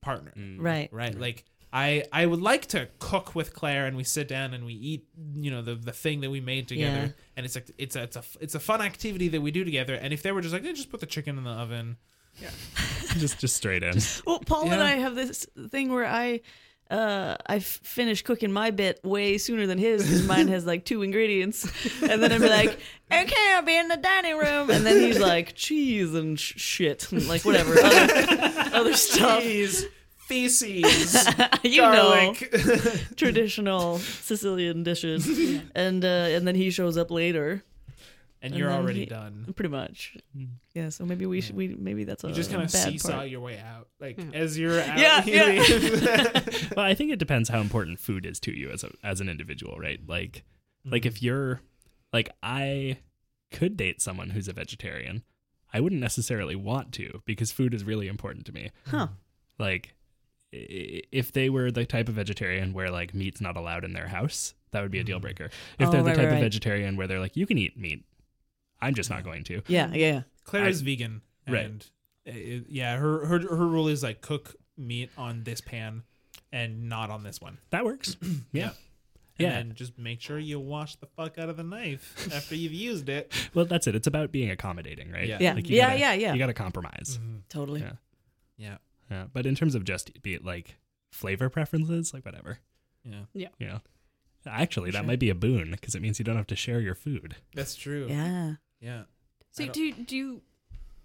partner Mm, Right. right like I I would like to cook with Claire, and we sit down and we eat, you know, the the thing that we made together. Yeah. And it's like it's a it's a it's a fun activity that we do together. And if they were just like, eh, just put the chicken in the oven. just just straight in. Well, Paul and Yeah. I have this thing where I uh, I f- finish cooking my bit way sooner than his because mine has like two ingredients, and then I'm like, okay, I'll be in the dining room, and then he's like, cheese and sh- shit, and like whatever, other, other stuff, Cheese, feces, you know, garlic. traditional Sicilian dishes, and uh, and then he shows up later, and you're then already he- done. pretty much. Yeah, so maybe we should we maybe that's a Mm. You just kind of bad seesaw part. your way out, like as you're out. Yeah, you yeah. leave. well, I think it depends how important food is to you as a as an individual, right? Like like Mm-hmm. if you're like I could date someone who's a vegetarian. I wouldn't necessarily want to because food is really important to me. Huh. Like i- if they were the type of vegetarian where like meat's not allowed in their house, that would be a deal breaker. If Oh, they're the right, type right, of right. vegetarian where they're like you can eat meat, I'm just not going to. Yeah, yeah, yeah. Claire I- is vegan, Right. and uh, it- yeah, her her her rule is like cook meat on this pan and not on this one. That works. yeah. And Yeah. then just make sure you wash the fuck out of the knife after you've used it. Well, that's it. It's about being accommodating, right? Yeah. Yeah. Like, you Yeah, gotta- yeah, yeah. You got to compromise. totally. Yeah. Yeah, Yeah, but in terms of just be it like flavor preferences, like whatever, yeah, you know. Actually, that might be a boon because it means you don't have to share your food. that's true. yeah. yeah. I So don't- do you- do you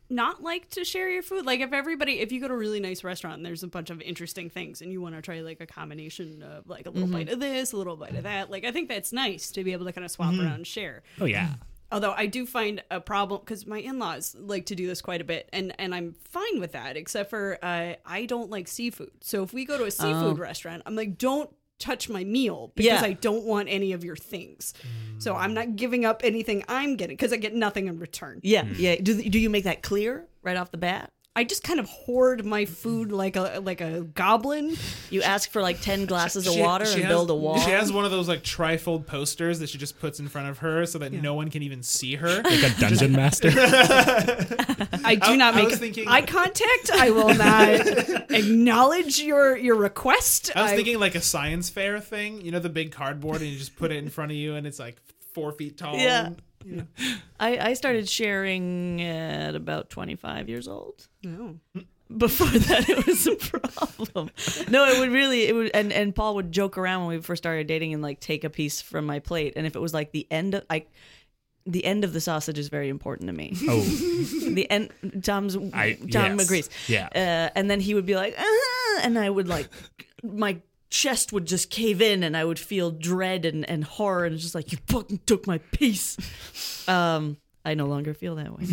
not like to share your food? Like if everybody, if you go to a really nice restaurant and there's a bunch of interesting things, and you want to try like a combination of like a little Mm-hmm. bite of this, a little bite of that. Like I think that's nice to be able to kind of swap Mm-hmm. around and share. Oh yeah, Although I do find a problem because my in-laws like to do this quite a bit, and and I'm fine with that. Except for uh, I don't like seafood, so if we go to a Oh. seafood restaurant, I'm like, don't touch my meal because Yeah. I don't want any of your things. So Mm. I'm not giving up anything I'm getting because I get nothing in return. Yeah, Hmm. yeah. Do do you make that clear right off the bat? I just kind of hoard my food like a like a goblin. You ask for like ten glasses of She- water she and has- build a wall. She has one of those like trifold posters that she just puts in front of her so that no one can even see her. like a dungeon master. I do I- not I make was thinking- eye contact. I will not acknowledge your your request. I was thinking like a science fair thing, you know, the big cardboard, and you just put it in front of you, and it's like four feet tall. Yeah. I, I started sharing at about 25 years old. No. Before that, it was a problem. No, it would really, it would, and, and Paul would joke around when we first started dating and like take a piece from my plate. And if it was like the end of, I, the end of the sausage is very important to me. oh, the end, Tom's, I Tom yes. agrees. Yeah, Uh, and then he would be like, "Ah," and I would like, my chest would just cave in and I would feel dread and, and horror and just like, you fucking took my piece. Um, I no longer feel that way.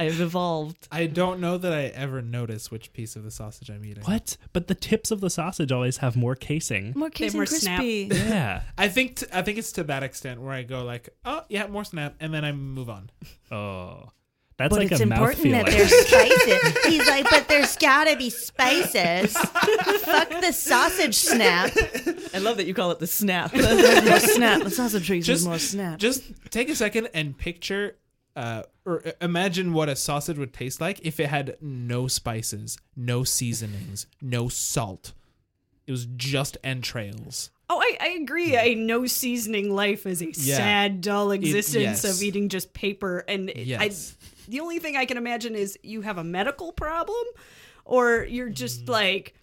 I've evolved. I don't know that I ever notice which piece of the sausage I'm eating. what? But the tips of the sausage always have more casing. More They were snap. Yeah. I think t- I think it's to that extent where I go like, oh yeah, more snap, and then I move on. Oh, that's But like it's a mouth important that there's spices. He's like, but there's gotta be spices. Fuck the sausage snap. I love that you call it the snap. more snap. The sausage trees Just- is more snap. Just take a second and picture. Uh, or uh, imagine what a sausage would taste like if it had no spices, no seasonings, no salt. It was just entrails. Oh, I, I agree. A no seasoning life is a sad, dull existence yes. of eating just paper. And Yes. I, the only thing I can imagine is you have a medical problem, or you're just Mm-hmm. like,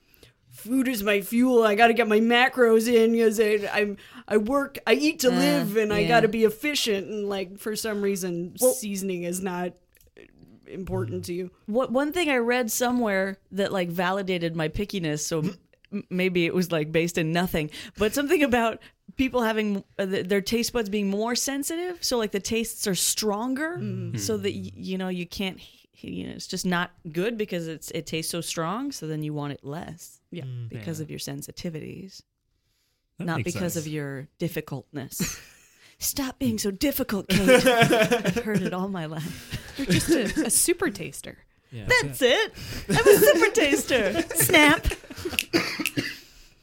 food is my fuel. I got to get my macros in because I'm I work, I eat Uh, to live, and I yeah. got to be efficient. And like for some reason, seasoning is not important to you. What one thing I read somewhere that like validated my pickiness, so m- maybe it was like based in nothing, but something about people having uh, th- their taste buds being more sensitive, so like the tastes are stronger, Mm-hmm. so that y- you know you can't, h- you know, it's just not good because it's it tastes so strong, so then you want it less, Yeah. because of your sensitivities, Mm, That not makes because sense. of your difficultness. Stop being so difficult, Kate. I've heard it all my life. You're just a, a super taster. That's it. I'm a super taster. Snap.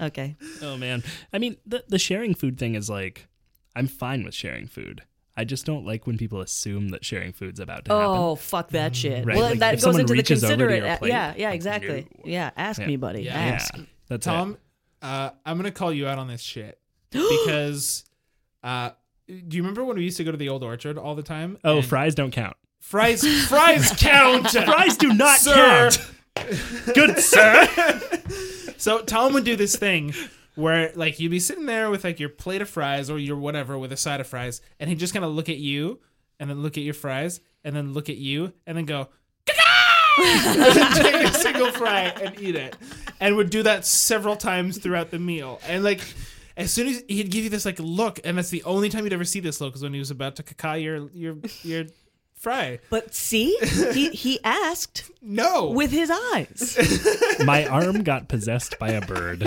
okay. Oh man, I mean the the sharing food thing is like, I'm fine with sharing food. I just don't like when people assume that sharing food's about to happen. Oh, fuck that shit. Right, Well, like, if that goes someone into the reaches over to considerate. uh, your plate, yeah, yeah, like, exactly. no. Yeah, ask Yeah. me, buddy. Yeah. Ask. That's Tom, it. uh, I'm gonna call you out on this shit because uh, do you remember when we used to go to the old orchard all the time? Oh, And fries don't count. fries, fries count. Fries do not Sir. count. Good sir. So Tom would do this thing where like you'd be sitting there with like your plate of fries or your whatever with a side of fries, and he'd just kind of look at you, and then look at your fries, and then look at you, and then go. "Ka-ka!" and then take a single fry and eat it, and would do that several times throughout the meal. And like, as soon as he'd give you this like look, and that's the only time you'd ever see this look is when he was about to caca your your your fry. But see, he, he asked No, with his eyes. My arm got possessed by a bird.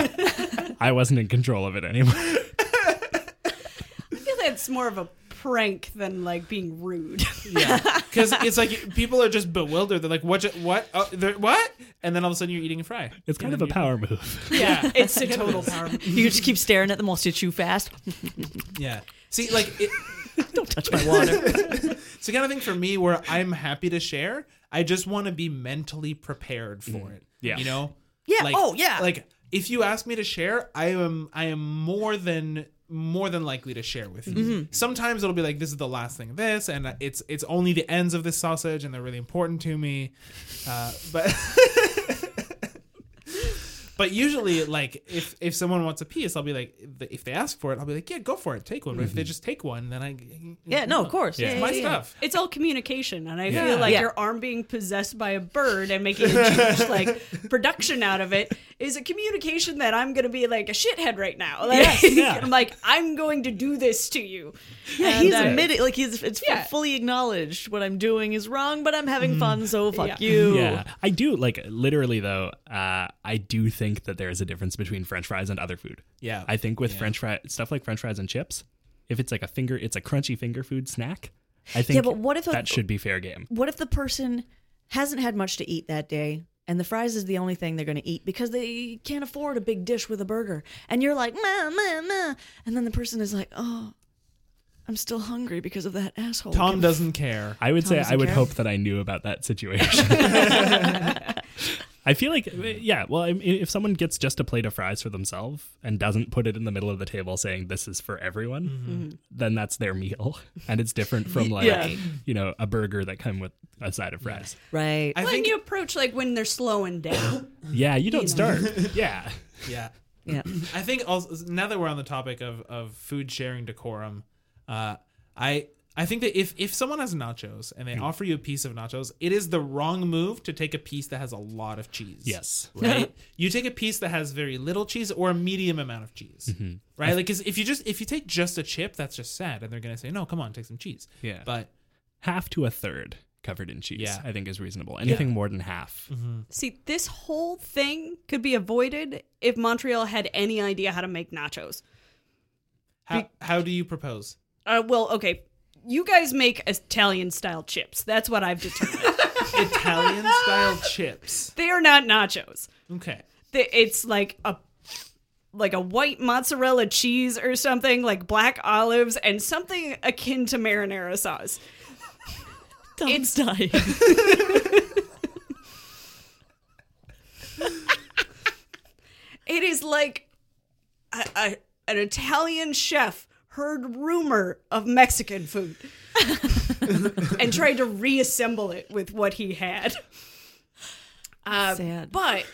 I wasn't in control of it anymore. I feel that's more of a prank than like being rude. Yeah, because it's like people are just bewildered. They're like, "What? ju- What? Oh, they're- what?" And then all of a sudden, you're eating a fry. It's kind of a power move. Yeah, It's a total power. You just keep staring at them while you chew fast. yeah. See, like, it, Don't touch my water. it's the kind of thing for me where I'm happy to share. I just want to be mentally prepared for it. Yeah. you know. Yeah, oh, yeah. Like, if you ask me to share, I am. I am more than more than likely to share with you. Mm-hmm. Sometimes it'll be like, "This is the last thing of this," and it's it's only the ends of this sausage, and they're really important to me. Uh, but. But usually, like if if someone wants a piece, I'll be like, if they ask for it, I'll be like, yeah, go for it, take one. But if they just take one, then I Yeah, no, of course. it's my stuff. It's all communication, and I Yeah. feel like Yeah. your arm being possessed by a bird and making a huge like production out of it is a communication that I'm gonna be like a shithead right now. Like, yeah. I'm like I'm going to do this to you. Yeah, And, he's uh, admitted, like he's it's fu- Yeah. fully acknowledged what I'm doing is wrong, but I'm having fun, so fuck Yeah. you. Mm. Yeah, I do like literally though. Uh, I do think that there is a difference between French fries and other food. Yeah. I think with French fry stuff like French fries and chips, if it's like a finger, it's a crunchy finger food snack. I think. but what if a- that should be fair game? What if the person hasn't had much to eat that day? And the fries is the only thing they're going to eat because they can't afford a big dish with a burger. And you're like, ma, ma, ma. And then the person is like, oh, I'm still hungry because of that asshole. Tom Can- doesn't care. I would Tom say doesn't I would care? hope that I knew about that situation. I feel like, uh, yeah, well, I mean, if someone gets just a plate of fries for themselves and doesn't put it in the middle of the table saying this is for everyone, then that's their meal. And it's different from, like, Mm-hmm. Yeah. you know, a burger that come with a side of fries. Right. I When think you approach like when they're slowing down, Yeah, you don't start. yeah. yeah. yeah. I think also now that we're on the topic of, of food sharing decorum, uh, I I think that if if someone has nachos and they offer you a piece of nachos, it is the wrong move to take a piece that has a lot of cheese. Yes. Right? you take a piece that has very little cheese or a medium amount of cheese. Right? Like 'cause if you just if you take just a chip, that's just sad and they're going to say, "No, come on, take some cheese." Yeah. But Half to a third covered in cheese, Yeah. I think is reasonable. Anything more than half. see this whole thing could be avoided if Montreal had any idea how to make nachos. how, how do you propose? Uh, well, okay, you guys make Italian style chips. That's what I've determined. Italian style chips. they are not nachos. Okay. th- it's like a like a white mozzarella cheese or something, like black olives and something akin to marinara sauce. Tom's dying. It is like a, a, an Italian chef heard rumor of Mexican food and tried to reassemble it with what he had. Uh, Sad. But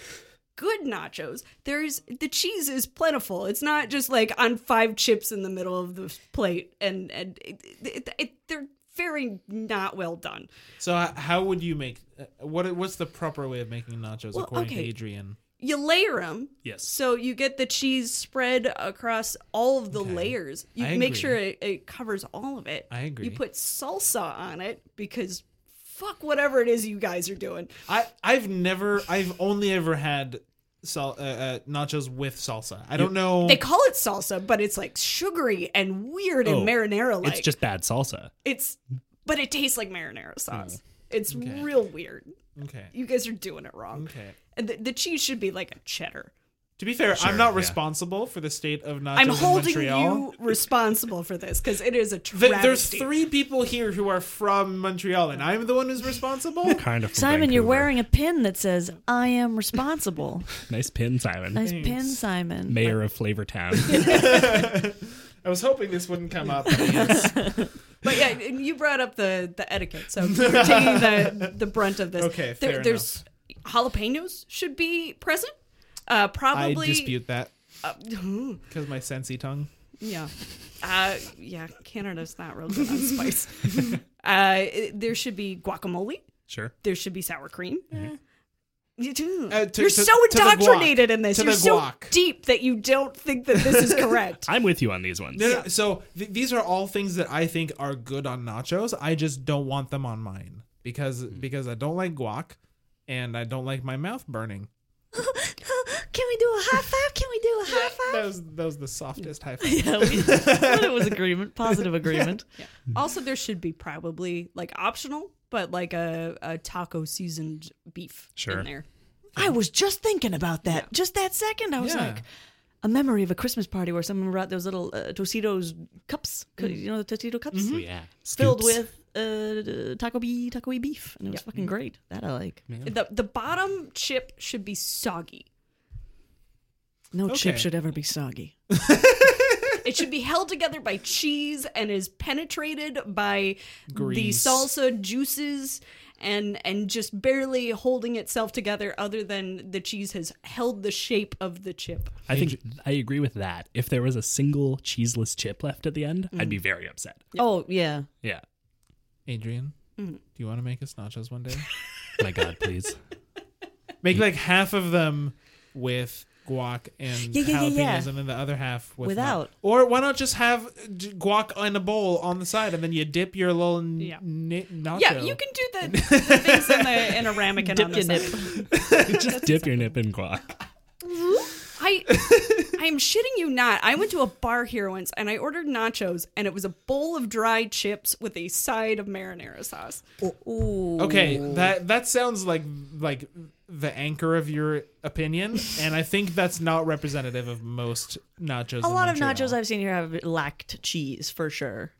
good nachos. There's the cheese is plentiful. It's not just like on five chips in the middle of the plate, and and it, it, it, they're very not well done. So h- how would you make uh, what? What's the proper way of making nachos Well, according okay. to Adrian? you layer them. Yes. So you get the cheese spread across all of the layers. You I make agree. sure it, it covers all of it. I agree. You put salsa on it because fuck whatever it is you guys are doing. I I've never I've only ever had sal- uh, uh, nachos with salsa. I don't know. They call it salsa, but it's like sugary and weird Oh, and marinara like. It's just bad salsa. it's but it tastes like marinara sauce. It's real weird. okay. You guys are doing it wrong. Okay. And the, the cheese should be like a cheddar. To be fair, Sure, I'm not yeah. responsible for the state of nachos I'm in holding Montreal. you responsible for this because it is a Th- travesty. there's three people here who are from Montreal, and I'm the one who's responsible. Kind of. from Simon, you're Vancouver. wearing a pin that says "I am responsible." nice pin, Simon. Nice pin, Simon. Mayor of Flavortown. I was hoping this wouldn't come up. Yes. But yeah, and you brought up the the etiquette, so you're taking the the brunt of this. Okay, fair there's jalapenos should be present. Uh, I probably. dispute that uh, because my sensey tongue. yeah, uh, yeah. Canada's not real good on spice. uh, it- there should be guacamole. sure. There should be sour cream. Uh, You do. Mm-hmm. Uh, to- You're to- so to the guac. indoctrinated in this. To You're the so guac. deep that you don't think that this is correct. I'm with you on these ones. No, no, so th- these are all things that I think are good on nachos. I just don't want them on mine because because I don't like guac, and I don't like my mouth burning. Can we do a high five? Can we do a high five? That was that was the softest high five. Yeah, we thought it was agreement, positive agreement. also, there should be probably like optional, but like a, a taco seasoned beef Sure. in there. I was just thinking about that, just that second. I was Yeah. like, a memory of a Christmas party where someone brought those little uh, Tostitos cups, c- Mm-hmm. you know, the Tostito cups Mm-hmm. Yeah. filled Scoops. with uh, taco bee, taco bee beef, and it was fucking great. That I like. The the bottom chip should be soggy. No chip Okay. should ever be soggy. It should be held together by cheese and is penetrated by Grease. the salsa juices and and just barely holding itself together other than the cheese has held the shape of the chip. I think I agree with that. If there was a single cheeseless chip left at the end, I'd be very upset. Oh yeah, Yeah. Adrian, Mm. do you want to make us nachos one day? My God, please. Make like half of them with guac and Yeah, yeah, yeah, jalapenos, yeah. and then the other half with Without. not. Or why not just have j- guac in a bowl on the side, and then you dip your little n- Yeah. n- nacho. Yeah, you can do the, the things in, the, in a ramekin dip on your the nip. side. Just dip your nip in guac. I I am shitting you not. I went to a bar here once and I ordered nachos and it was a bowl of dry chips with a side of marinara sauce. Okay, that that sounds like like the anchor of your opinion, and I think that's not representative of most nachos. A lot of nachos I've seen here have lacked cheese for sure.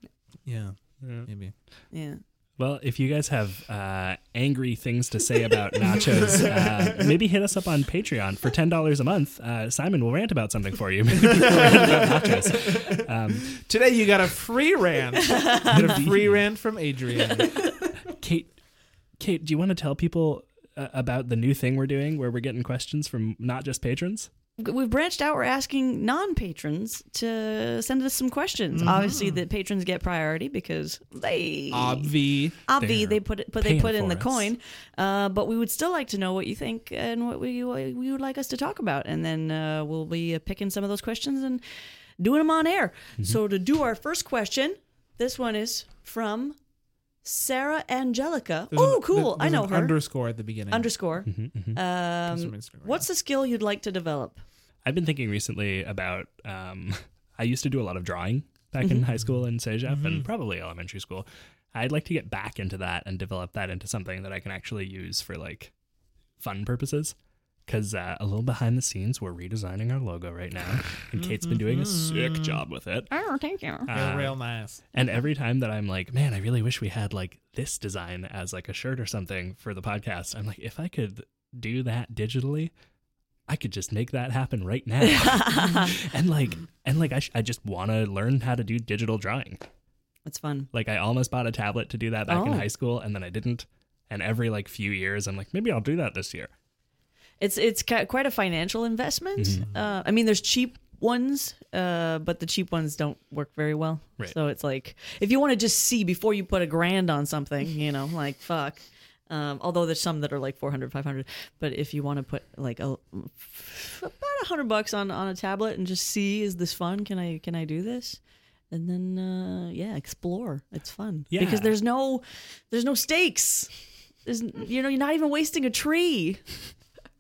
yeah, maybe. Yeah. Well, if you guys have uh, angry things to say about nachos, uh, maybe hit us up on Patreon for ten dollars a month. Uh, Simon will rant about something for you. Maybe people rant about nachos. Today you got a free rant, You got a free rant from Adrian. Kate, Kate, do you want to tell people uh, about the new thing we're doing, where we're getting questions from not just patrons? we've branched out. We're asking non-patrons to send us some Mm-hmm. questions. Obviously, the patrons get priority because they Obvi. obvi They're they put it, but paying they put in for the us. coin. Uh, but we would still like to know what you think and what we what you would like us to talk about, and then uh, we'll be uh, picking some of those questions and doing them on air. So to do our first question, this one is from Sarah Angelica. There's Oh, an- cool! I there's know an her. Underscore at the beginning. underscore. Comes Um, from Instagram. what's the skill you'd like to develop? I've been thinking recently about. Um, I used to do a lot of drawing back Mm-hmm. in high school and Sejep and probably elementary school. I'd like to get back into that and develop that into something that I can actually use for like fun purposes. Because uh, a little behind the scenes, we're redesigning our logo right now, and Kate's been doing a sick job with it. Oh, thank you. They're Uh, real nice. and every time that I'm like, man, I really wish we had like this design as like a shirt or something for the podcast, I'm like, if I could do that digitally, I could just make that happen right now. and like, and like, I, sh- I just want to learn how to do digital drawing. That's fun. Like, I almost bought a tablet to do that back in Oh. high school, and then I didn't. And every like few years, I'm like, maybe I'll do that this year. It's it's ki- quite a financial investment. Mm-hmm. Uh, I mean, there's cheap ones, uh, but the cheap ones don't work very well. Right. So it's like if you want to just see before you put a grand on something, you know, like fuck. Um, although there's some that are like 400, 500, but if you want to put like a, about a hundred bucks on on a tablet and just see is this fun? Can I can I do this? And then uh, yeah, explore. It's fun Yeah. because there's no there's no stakes. There's you know you're not even wasting a tree.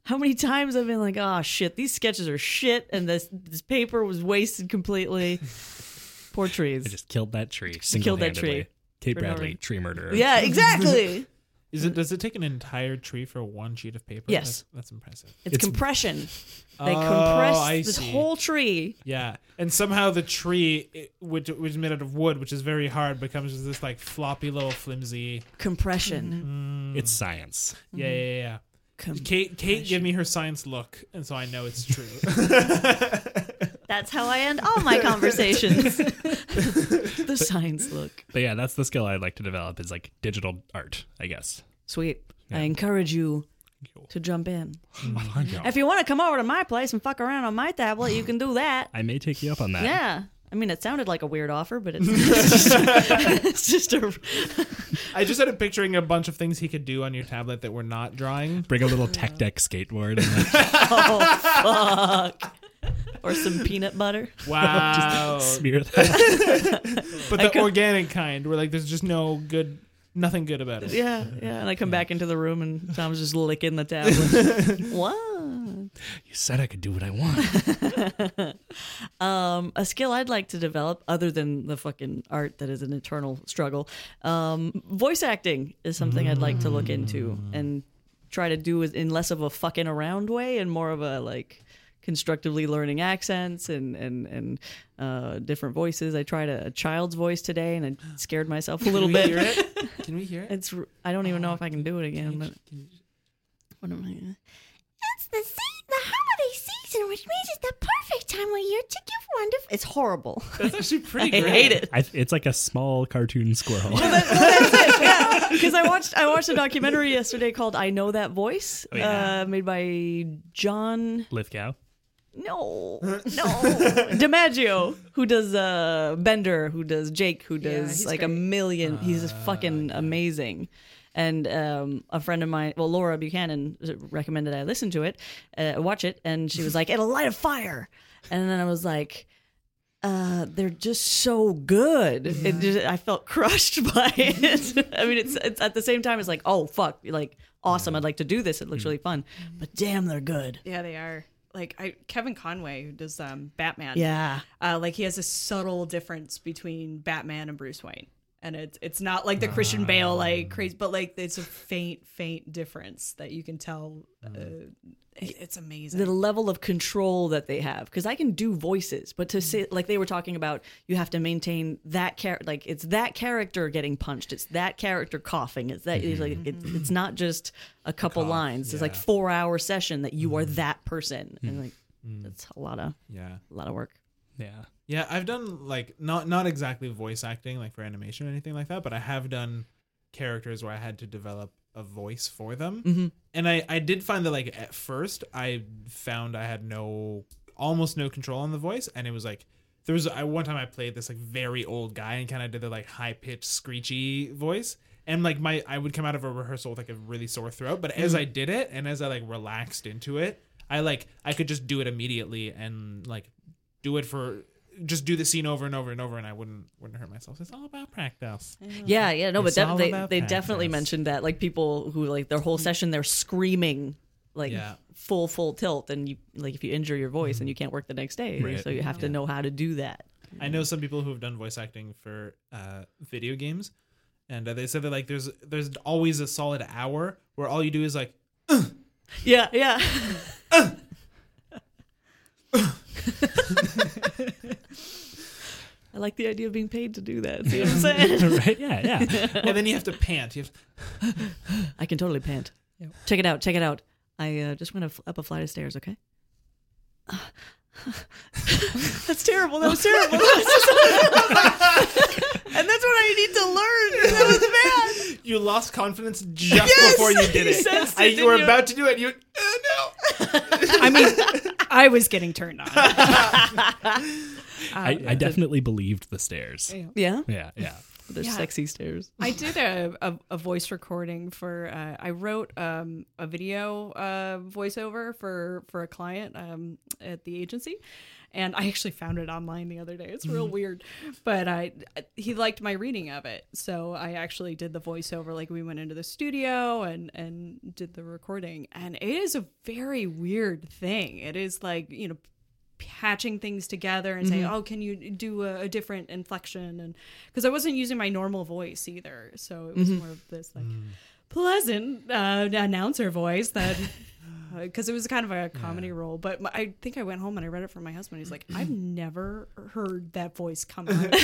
How many times I've been like, oh shit, these sketches are shit, and this this paper was wasted completely. Poor trees. I just killed that tree. Killed that single-handedly. tree. Kate For no Bradley, reason. tree murderer. yeah, exactly. Is it? Does it take an entire tree for one sheet of paper? Yes. that's, that's impressive. It's, compression. Oh, They compress I this see. whole tree. Yeah, and somehow the tree, it, which which is made out of wood, which is very hard, becomes this like floppy little flimsy. Compression. It's science. Yeah, Mm-hmm. yeah, yeah. Com- Kate, Kate, give me her science look, and so I know it's true. That's how I end all my conversations. the signs look But yeah, that's the skill I'd like to develop is like digital art, I guess. sweet. I encourage you to jump in. I If you want to come over to my place and fuck around on my tablet, you can do that. may take you up on that. Yeah. I mean, it sounded like a weird offer, but it's, it's just, it's just a. I just started picturing a bunch of things he could do on your tablet that we're not drawing. Bring a little tech deck skateboard. And like, Oh, fuck. Or some peanut butter. Wow, smear that. but the organic kind, where like there's just no good, nothing good about it. Yeah, yeah. And I come back into the room and Tom's just licking the tablet. what? You said I could do what I want. Um, a skill I'd like to develop, other than the fucking art that is an eternal struggle, um, voice acting is something I'd like to look into Mm. and try to do with- in less of a fucking around way and more of a like constructively learning accents and and and uh, different voices. I tried a, a child's voice today and I scared myself a little Can we hear bit. it? Can we hear it? It's r- I don't even know if I can do it again. But what am I? gonna- it's the, se- the holiday season, which means it's the perfect time of year to give wonderful. It's horrible. That's actually pretty. I great. hate it. I, it's like a small cartoon squirrel. because I watched I watched a documentary yesterday called "I Know That Voice," Oh, uh, made by John Lithgow. No No DiMaggio, who does uh, Bender, who does Jake, who does he's like a great. Ah. million. he's fucking amazing. And um, a friend of mine, well, Laura Buchanan, recommended I listen to it, uh, watch it, and she was like, "It'll light a fire," and then I was like. Uh, they're just so good. It Mm-hmm. just, I felt crushed by it. I mean, it's, it's at the same time, it's like, oh fuck, like awesome. I'd like to do this. It Mm. looks really fun, but damn, they're good. Yeah, they are. Like I, Kevin Conway, who does um, Batman. Yeah, Uh, like he has a subtle difference between Batman and Bruce Wayne, and it's it's not like the Christian Bale like crazy, but like it's a faint, faint difference that you can tell. Uh, it- it's amazing. the level of control that they have because i can do voices but Mm-hmm. to say like they were talking about you have to maintain that character like it's that character getting punched it's that character coughing it's that it's Mm-hmm. like it's, it's not just a couple lines it's like four hour session that you are Mm-hmm. that person and like that's a lot of Yeah. a lot of work Yeah. Yeah, I've done like not not exactly voice acting like for animation or anything like that, but I have done characters where I had to develop a voice for them. And I I did find that like at first I found I had no almost no control on the voice and it was like there was I one time I played this like very old guy and kind of did the like high pitched screechy voice and like my I would come out of a rehearsal with like a really sore throat, but as I did it and as I like relaxed into it, I like I could just do it immediately and like do it for just do the scene over and over and over and I wouldn't wouldn't hurt myself. It's all about practice. yeah yeah no Mm-hmm. It's but that, all they, about they definitely practice. Mm-hmm. mentioned that like people who like their whole session they're screaming like Yeah. Mm-hmm. full full tilt and you like if you injure your voice and you can't work the next day Right. so you have to know how to do that I know some people who have done voice acting for uh, video games, and uh, they said that like there's there's always a solid hour where all you do is like Yeah, yeah. I like the idea of being paid to do that. See what I'm saying? right? Yeah, yeah. Uh, and then you have to pant. You have I can totally pant. Check it out. Check it out. I uh, just went a f- up a flight of stairs. Okay. that's terrible. That was terrible. That was just- and that's what I need to learn. That was bad. you lost confidence just before you did You it. sensed I, it, you were didn't you? about to do it. You uh, no. I mean, I was getting turned on. I, I definitely believed the stairs. Yeah. Yeah, yeah. They're sexy stairs. I did a, a, a voice recording for uh, I wrote um, a video uh, voiceover for for a client um, at the agency, and I actually found it online the other day. It's real weird, but I he liked my reading of it, so I actually did the voiceover. Like we went into the studio and and did the recording, and it is a very weird thing. It is like you know patching things together and saying, "Oh, can you do a, a different inflection?" And because I wasn't using my normal voice either, so it was more of this like, pleasant uh, announcer voice that because it was kind of a comedy role but my, i think i went home and i read it from my husband he's like i've never heard that voice come out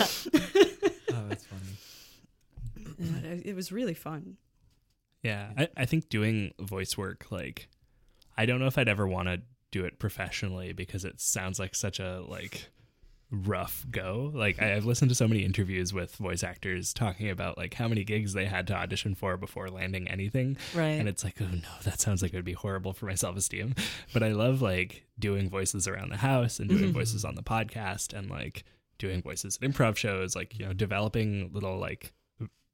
Oh, that's funny. But it it was really fun Yeah, I, I think doing voice work, like, I don't know if I'd ever want to do it professionally because it sounds like such a like rough go. Like, I, I've listened to so many interviews with voice actors talking about like how many gigs they had to audition for before landing anything, Right. and it's like, oh no, that sounds like it would be horrible for my self esteem. But I love like doing voices around the house and doing voices on the podcast and like doing voices at improv shows, like you know, developing little like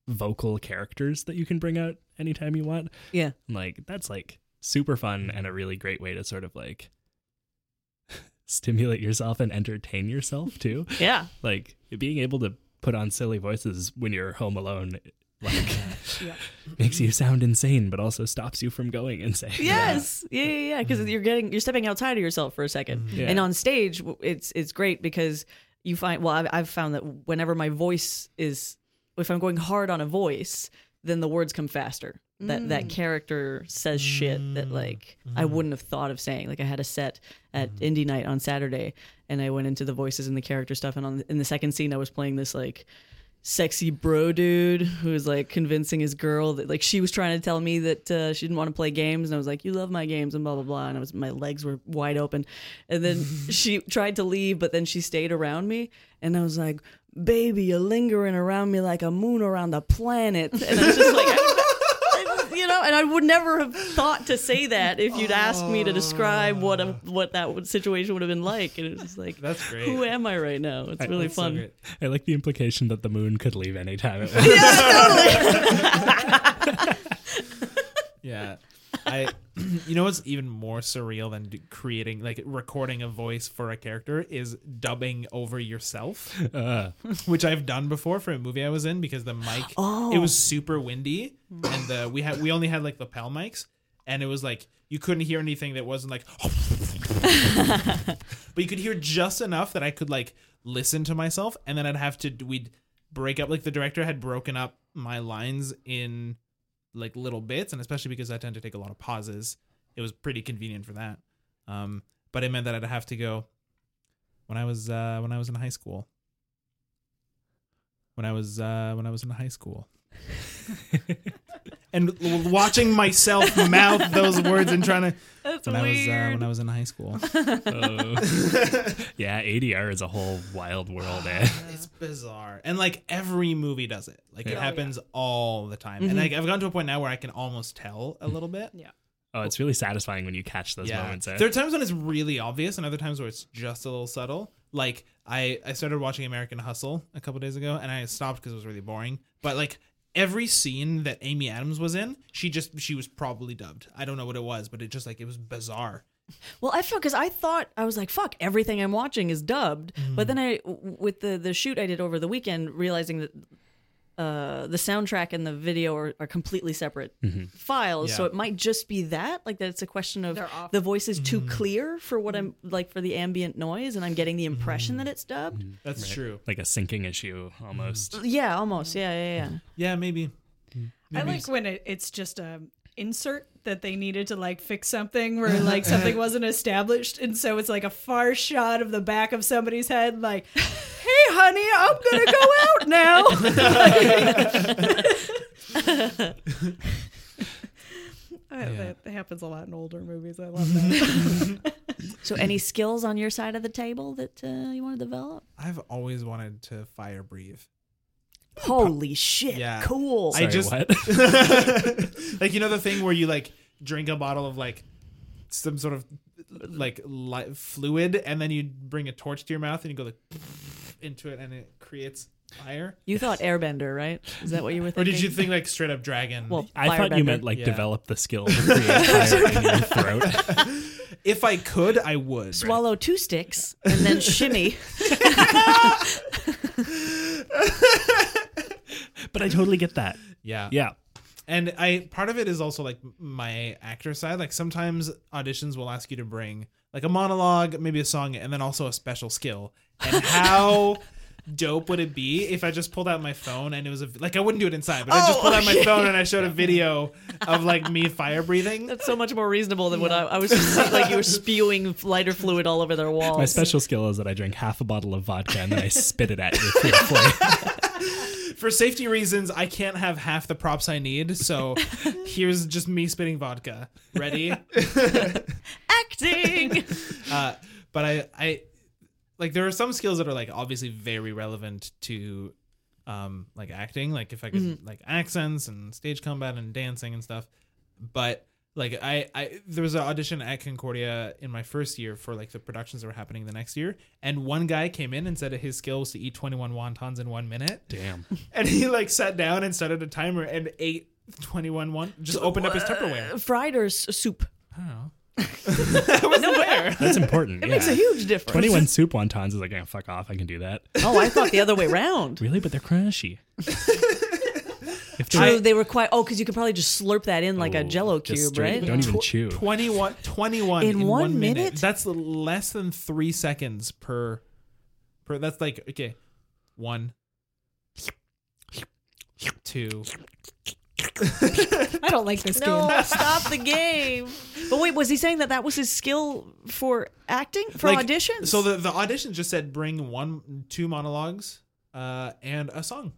vocal characters that you can bring out anytime you want. Yeah. And, like that's like super fun and a really great way to sort of like stimulate yourself and entertain yourself too. Yeah. like being able to put on silly voices when you're home alone like makes you sound insane but also stops you from going insane. Yes. Yeah, yeah, yeah. Because you're getting you're stepping outside of yourself for a second, Yeah. and on stage, w- it's it's great because you find. Well, I've, I've found that whenever my voice is, if I'm going hard on a voice, then the words come faster. That that character says shit that like I wouldn't have thought of saying. Like I had a set at indie night on Saturday, and I went into the voices and the character stuff, and on in the second scene, I was playing this like sexy bro dude who was like convincing his girl that like she was trying to tell me that uh, she didn't want to play games and I was like you love my games and blah blah blah and I was my legs were wide open and then she tried to leave but then she stayed around me and I was like baby you're lingering around me like a moon around the planet and I was just like I- I- you know and I would never have thought to say that if you'd asked me to describe what a, what that would- situation would have been like and it was just like That's great. who am I right now it's really So fun great. I like the implication that the moon could leave anytime it wants. Yeah. I you know what's even more surreal than d- creating like recording a voice for a character is dubbing over yourself, which I've done before for a movie I was in because the mic it was super windy and the we had we only had like lapel mics and it was like you couldn't hear anything that wasn't like but you could hear just enough that I could like listen to myself, and then I'd have to we'd break up like the director had broken up my lines in like little bits, and especially because I tend to take a lot of pauses, it was pretty convenient for that. Um, but it meant that I'd have to go when I was uh, when I was in high school. When I was uh, when I was in high school. and l- watching myself mouth those words and trying to That's when I was uh, when I was in high school. yeah, ADR is a whole wild world. Eh? It's bizarre. And like every movie does it. Like it happens all the time. And like I've gotten to a point now where I can almost tell a little bit. yeah Oh, it's really satisfying when you catch those moments. Eh? There are times when it's really obvious and other times where it's just a little subtle. Like I, I started watching American Hustle a couple days ago and I stopped because it was really boring. But like every scene that Amy Adams was in, she just she was probably dubbed. I don't know what it was, but it just like it was bizarre. Well, I felt because I thought I was like, "Fuck, everything I'm watching is dubbed." But Mm. then I, w- with the the shoot I did over the weekend, realizing that uh, the soundtrack and the video are, are completely separate files, so Mm-hmm. Yeah. it might just be that, like that it's a question of They're off. the voice is Mm. too clear for what I'm like for the ambient noise, and I'm getting the impression Mm. that it's dubbed. That's true. Like a sinking issue almost. Yeah, almost. Yeah, yeah, yeah. Yeah, maybe. I like when it, it's just a insert that they needed to like fix something where like something wasn't established and so it's like a far shot of the back of somebody's head like hey honey i'm gonna go out now Uh, that, that happens a lot in older movies i love that So, any skills on your side of the table that uh, you want to develop? I've always wanted to fire breathe. Holy shit! Yeah. Cool. I just what? like you know the thing where you like drink a bottle of like some sort of like li- fluid and then you bring a torch to your mouth and you go like into it and it creates fire you thought Airbender, right? Is that what you were or thinking? did you think like straight up dragon Well, I thought you Firebender. meant like Yeah. develop the skill to create fire in your throat. if i could i would swallow two sticks and then shimmy. But I totally get that. yeah Yeah. and i part of it is also like my actor side like sometimes auditions will ask you to bring like a monologue maybe a song and then also a special skill and how dope would it be if I just pulled out my phone and it was a like I wouldn't do it inside, but I just pulled out my phone and I showed a video of like me fire breathing. That's so much more reasonable than what I, I was just like you were spewing lighter fluid all over their walls. My special skill is that I drink half a bottle of vodka and then I spit it at you. through a flame. For safety reasons, I can't have half the props I need, so here's just me spitting vodka. Ready? acting. uh, but I, I like there are some skills that are like obviously very relevant to um like acting like if i could like accents and stage combat and dancing and stuff but like i i there was an audition at concordia in my first year for like the productions that were happening the next year and one guy came in and said his skill was to eat 21 wontons in one minute Damn. and he like sat down and started a timer and ate 21 one just opened up his tupperware Fried or s- soup. oh. That's important. Makes a huge difference. 21 soup wontons is like, yeah, fuck off. I can do that. Oh, I thought the other way round. Really? But they're crunchy. if True, they were quite. Oh, because you could probably just slurp that in like a Oh, Jello just cube, straight- right? Don't even Tw- chew. 21, 21 In in, one one, minute? minute? That's less than three seconds per per. That's like okay, one, two. I don't like this No, game. stop the game. But wait, was he saying that that was his skill for acting for Like, auditions? So the the audition just said bring one two monologues. Uh, and a song.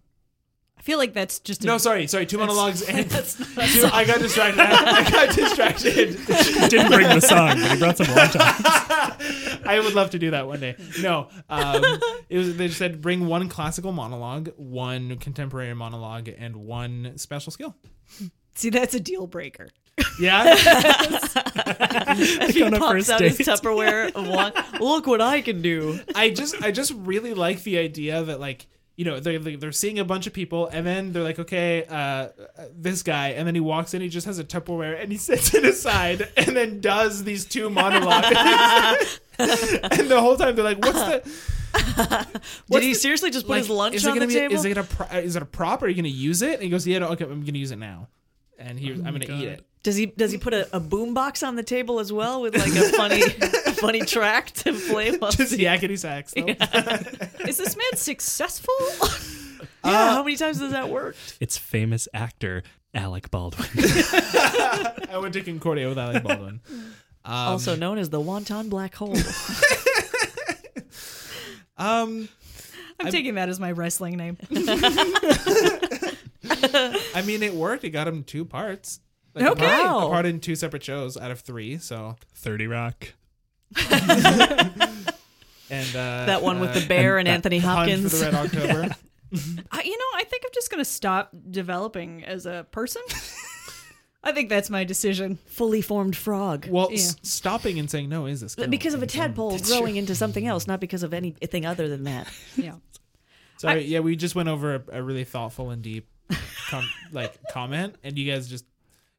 I feel like that's just a, No, sorry, sorry, two monologues and two, I got distracted. I, I got distracted. didn't bring the song, but he brought some wontons. I would love to do that one day. No, um, it was. They said bring one classical monologue, one contemporary monologue, and one special skill. see that's a deal breaker. Yeah, if he on a pops first out date. his Tupperware, and walk, look what I can do. I just, I just really like the idea that like. You know they're they're seeing a bunch of people, and then they're like, "Okay, uh, this guy," and then he walks in. He just has a Tupperware, and he sits it aside, and then does these two monologues. and the whole time they're like, "What's the? Did he seriously just put like, his lunch is it on the gonna be- table? Is it a pro- is it a prop? Are you gonna use it? And he goes, yeah, no, okay, I'm gonna use it now. And Oh here I'm gonna eat it. does he does he put a, a boom box on the table as well with like a funny a funny track to play? While Just yakety sax. though. Is this man successful? Uh, yeah, how many times does that work? It's famous actor Alec Baldwin. I went to Concordia with Alec Baldwin. also known as the wonton black hole. Um, I'm taking that as my wrestling name. I mean, it worked. It got him two parts. Like, Okay. a part- Wow. a part in two separate shows out of three. So 30 Rock. and uh, that one with uh, the bear and, that Anthony Hunt Hopkins. for the Red October. I, you know, I think I'm just gonna stop developing as a person. I think that's my decision. fully formed frog. Well, Oh, s- stopping and saying no is this Because of a tadpole growing into something else, not because of anything other than that. Yeah. Sorry, yeah, we just went over a, a really thoughtful and deep, com- like comment, and you guys just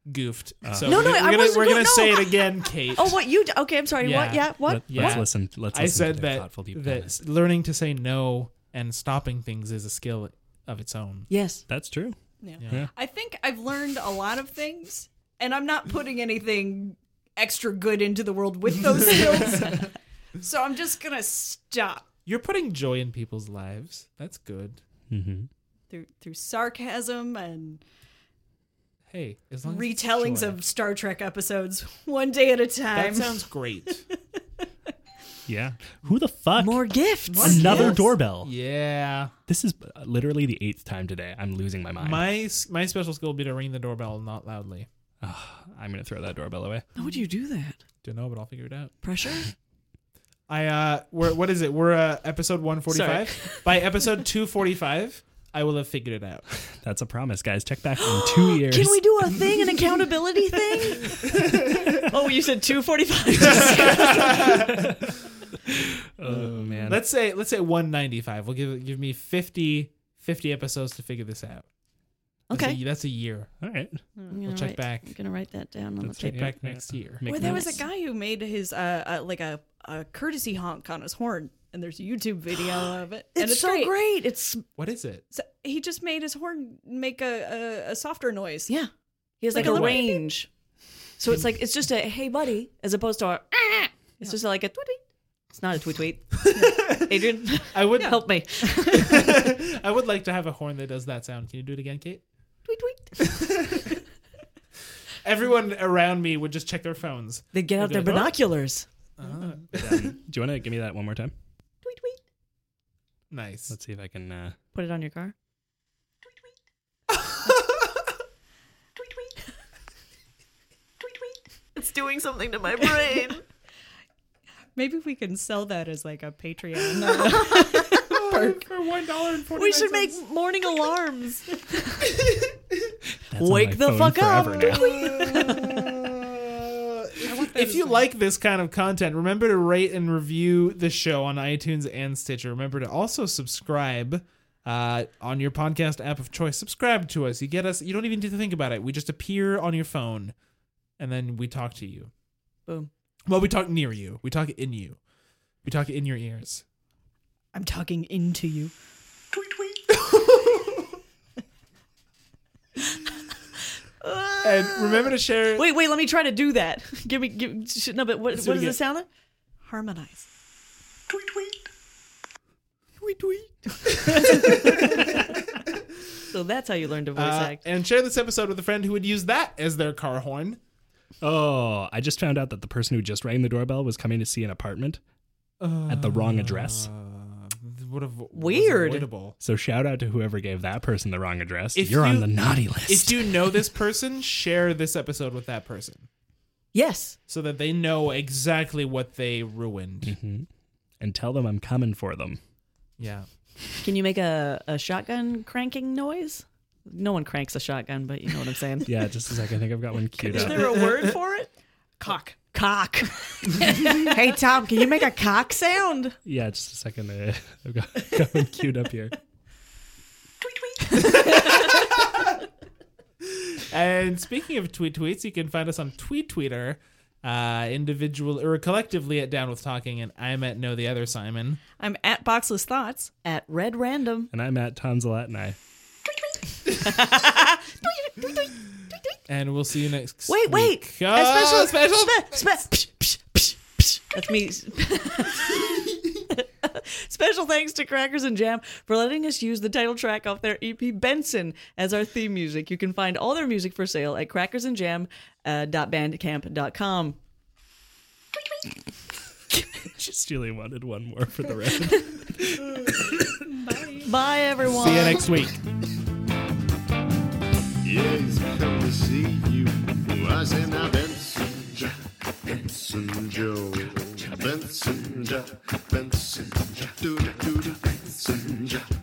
goofed. so No, we're no, gonna, I we're gonna, wasn't we're go- gonna no. say it again, Kate. Oh, what you? d- Okay, I'm sorry. What? Yeah. Yeah. What? Let, us Yeah. listen. Let's listen I said to their that thoughtful deep that dives. learning to say no and stopping things is a skill of its own. Yes. That's true. Yeah. Yeah. I think I've learned a lot of things, and I'm not putting anything extra good into the world with those skills. so I'm just gonna stop You're putting joy in people's lives. That's good. Mm-hmm. through through sarcasm and Hey, as long as it's retellings joy. of Star Trek episodes one day at a time. that sounds great. Yeah. Who the fuck? More gifts. Another doorbell. yeah, This is uh, literally the eighth time today. I'm losing my mind. my s- my special skill would be to ring the doorbell not loudly. I'm going to throw that doorbell away. How would you do that? Don't know, but I'll figure it out. Pressure. I uh, we're, what is it? We're uh, episode one forty five. By episode two forty five, I will have figured it out. That's a promise, guys. Check back in two years. Can we do a thing, an accountability thing? oh, you said two forty-five. oh, man. Let's say let's say one ninety five. We'll give give me 50, 50 episodes to figure this out. That's a- Okay. that's a year. All right. We'll check back. I'm gonna write that down on Let's the check paper. back Yeah. next year. Make Well, there was Nice. a guy who made his uh, uh like a, a courtesy honk on his horn, and there's a YouTube video of it. and It's, so great. It's What is it? So he just made his horn make a, a, a softer noise. yeah. He has like, Like a a little- range. So it's like it's just a hey buddy as opposed to a. It's just like a. It's not a tweet tweet. Adrian, I would help me. I would like to have a horn that does that sound. Can you do it again, Kate? Tweet tweet. Everyone around me would just check their phones. They get out their They'd be like, binoculars. Uh-huh. Do you want to give me that one more time? Tweet tweet. Nice. Let's see if I can. Uh... Put it on your car. It's doing something to my brain. Maybe we can sell that as like a Patreon. For one dollar and forty. We should make morning alarms. That's on Wake my the phone fuck up. forever now. Uh, if you like this kind of content, remember to rate and review the show on iTunes and Stitcher. Remember to also subscribe uh, on your podcast app of choice. Subscribe to us. You get us. You don't even need to think about it. We just appear on your phone, and then we talk to you. Boom. Well, we talk near you. We talk in you. We talk in your ears. I'm talking into you. And remember to share. Wait, wait. Let me try to do that. Give me. Give, sh- no, but what, do what it does again. it sound like? Harmonize. So that's how you learn to voice Uh, act. and share this episode with a friend who would use that as their car horn. Oh, I just found out that the person who just rang the doorbell was coming to see an apartment at the wrong address. Would have was Weird. avoidable. So shout out to whoever gave that person the wrong address. If You're you- on the naughty list. If you know this person, share this episode with that person Yes. so that they know exactly what they ruined. and tell them I'm coming for them. yeah. Can you make a, a shotgun cranking noise? No one cranks a shotgun, but you know what I'm saying. Yeah, just a sec. I think I've got one queued Is up. there a word for it? Cock. Cock. hey Tom, can you make a cock sound? Yeah, just a second. Uh, I've got, got one queued up here. And speaking of tweet tweets, you can find us on Tweet Tweeter, uh, individual or collectively at Down with Talking, and I'm at Know the Other Simon. I'm at Boxless Thoughts. At red random. And I'm at Tonzalat and I. And we'll see you next. Wait, wait. week. A Ah, special, special. spe- spe- psh, psh, psh, psh. That's me. special thanks to Crackers and Jam for letting us use the title track off their EP Benson as our theme music. You can find all their music for sale at uh, crackersandjam.bandcamp.com. Just really wanted one more for the rest. Bye everyone. See you next week. Yes, come to see you. Was in a Benson, Ja- Benson Joe, Ja- Benson, Ja- Benson, Ja- Doo-da, doo-da, Benson, Ja-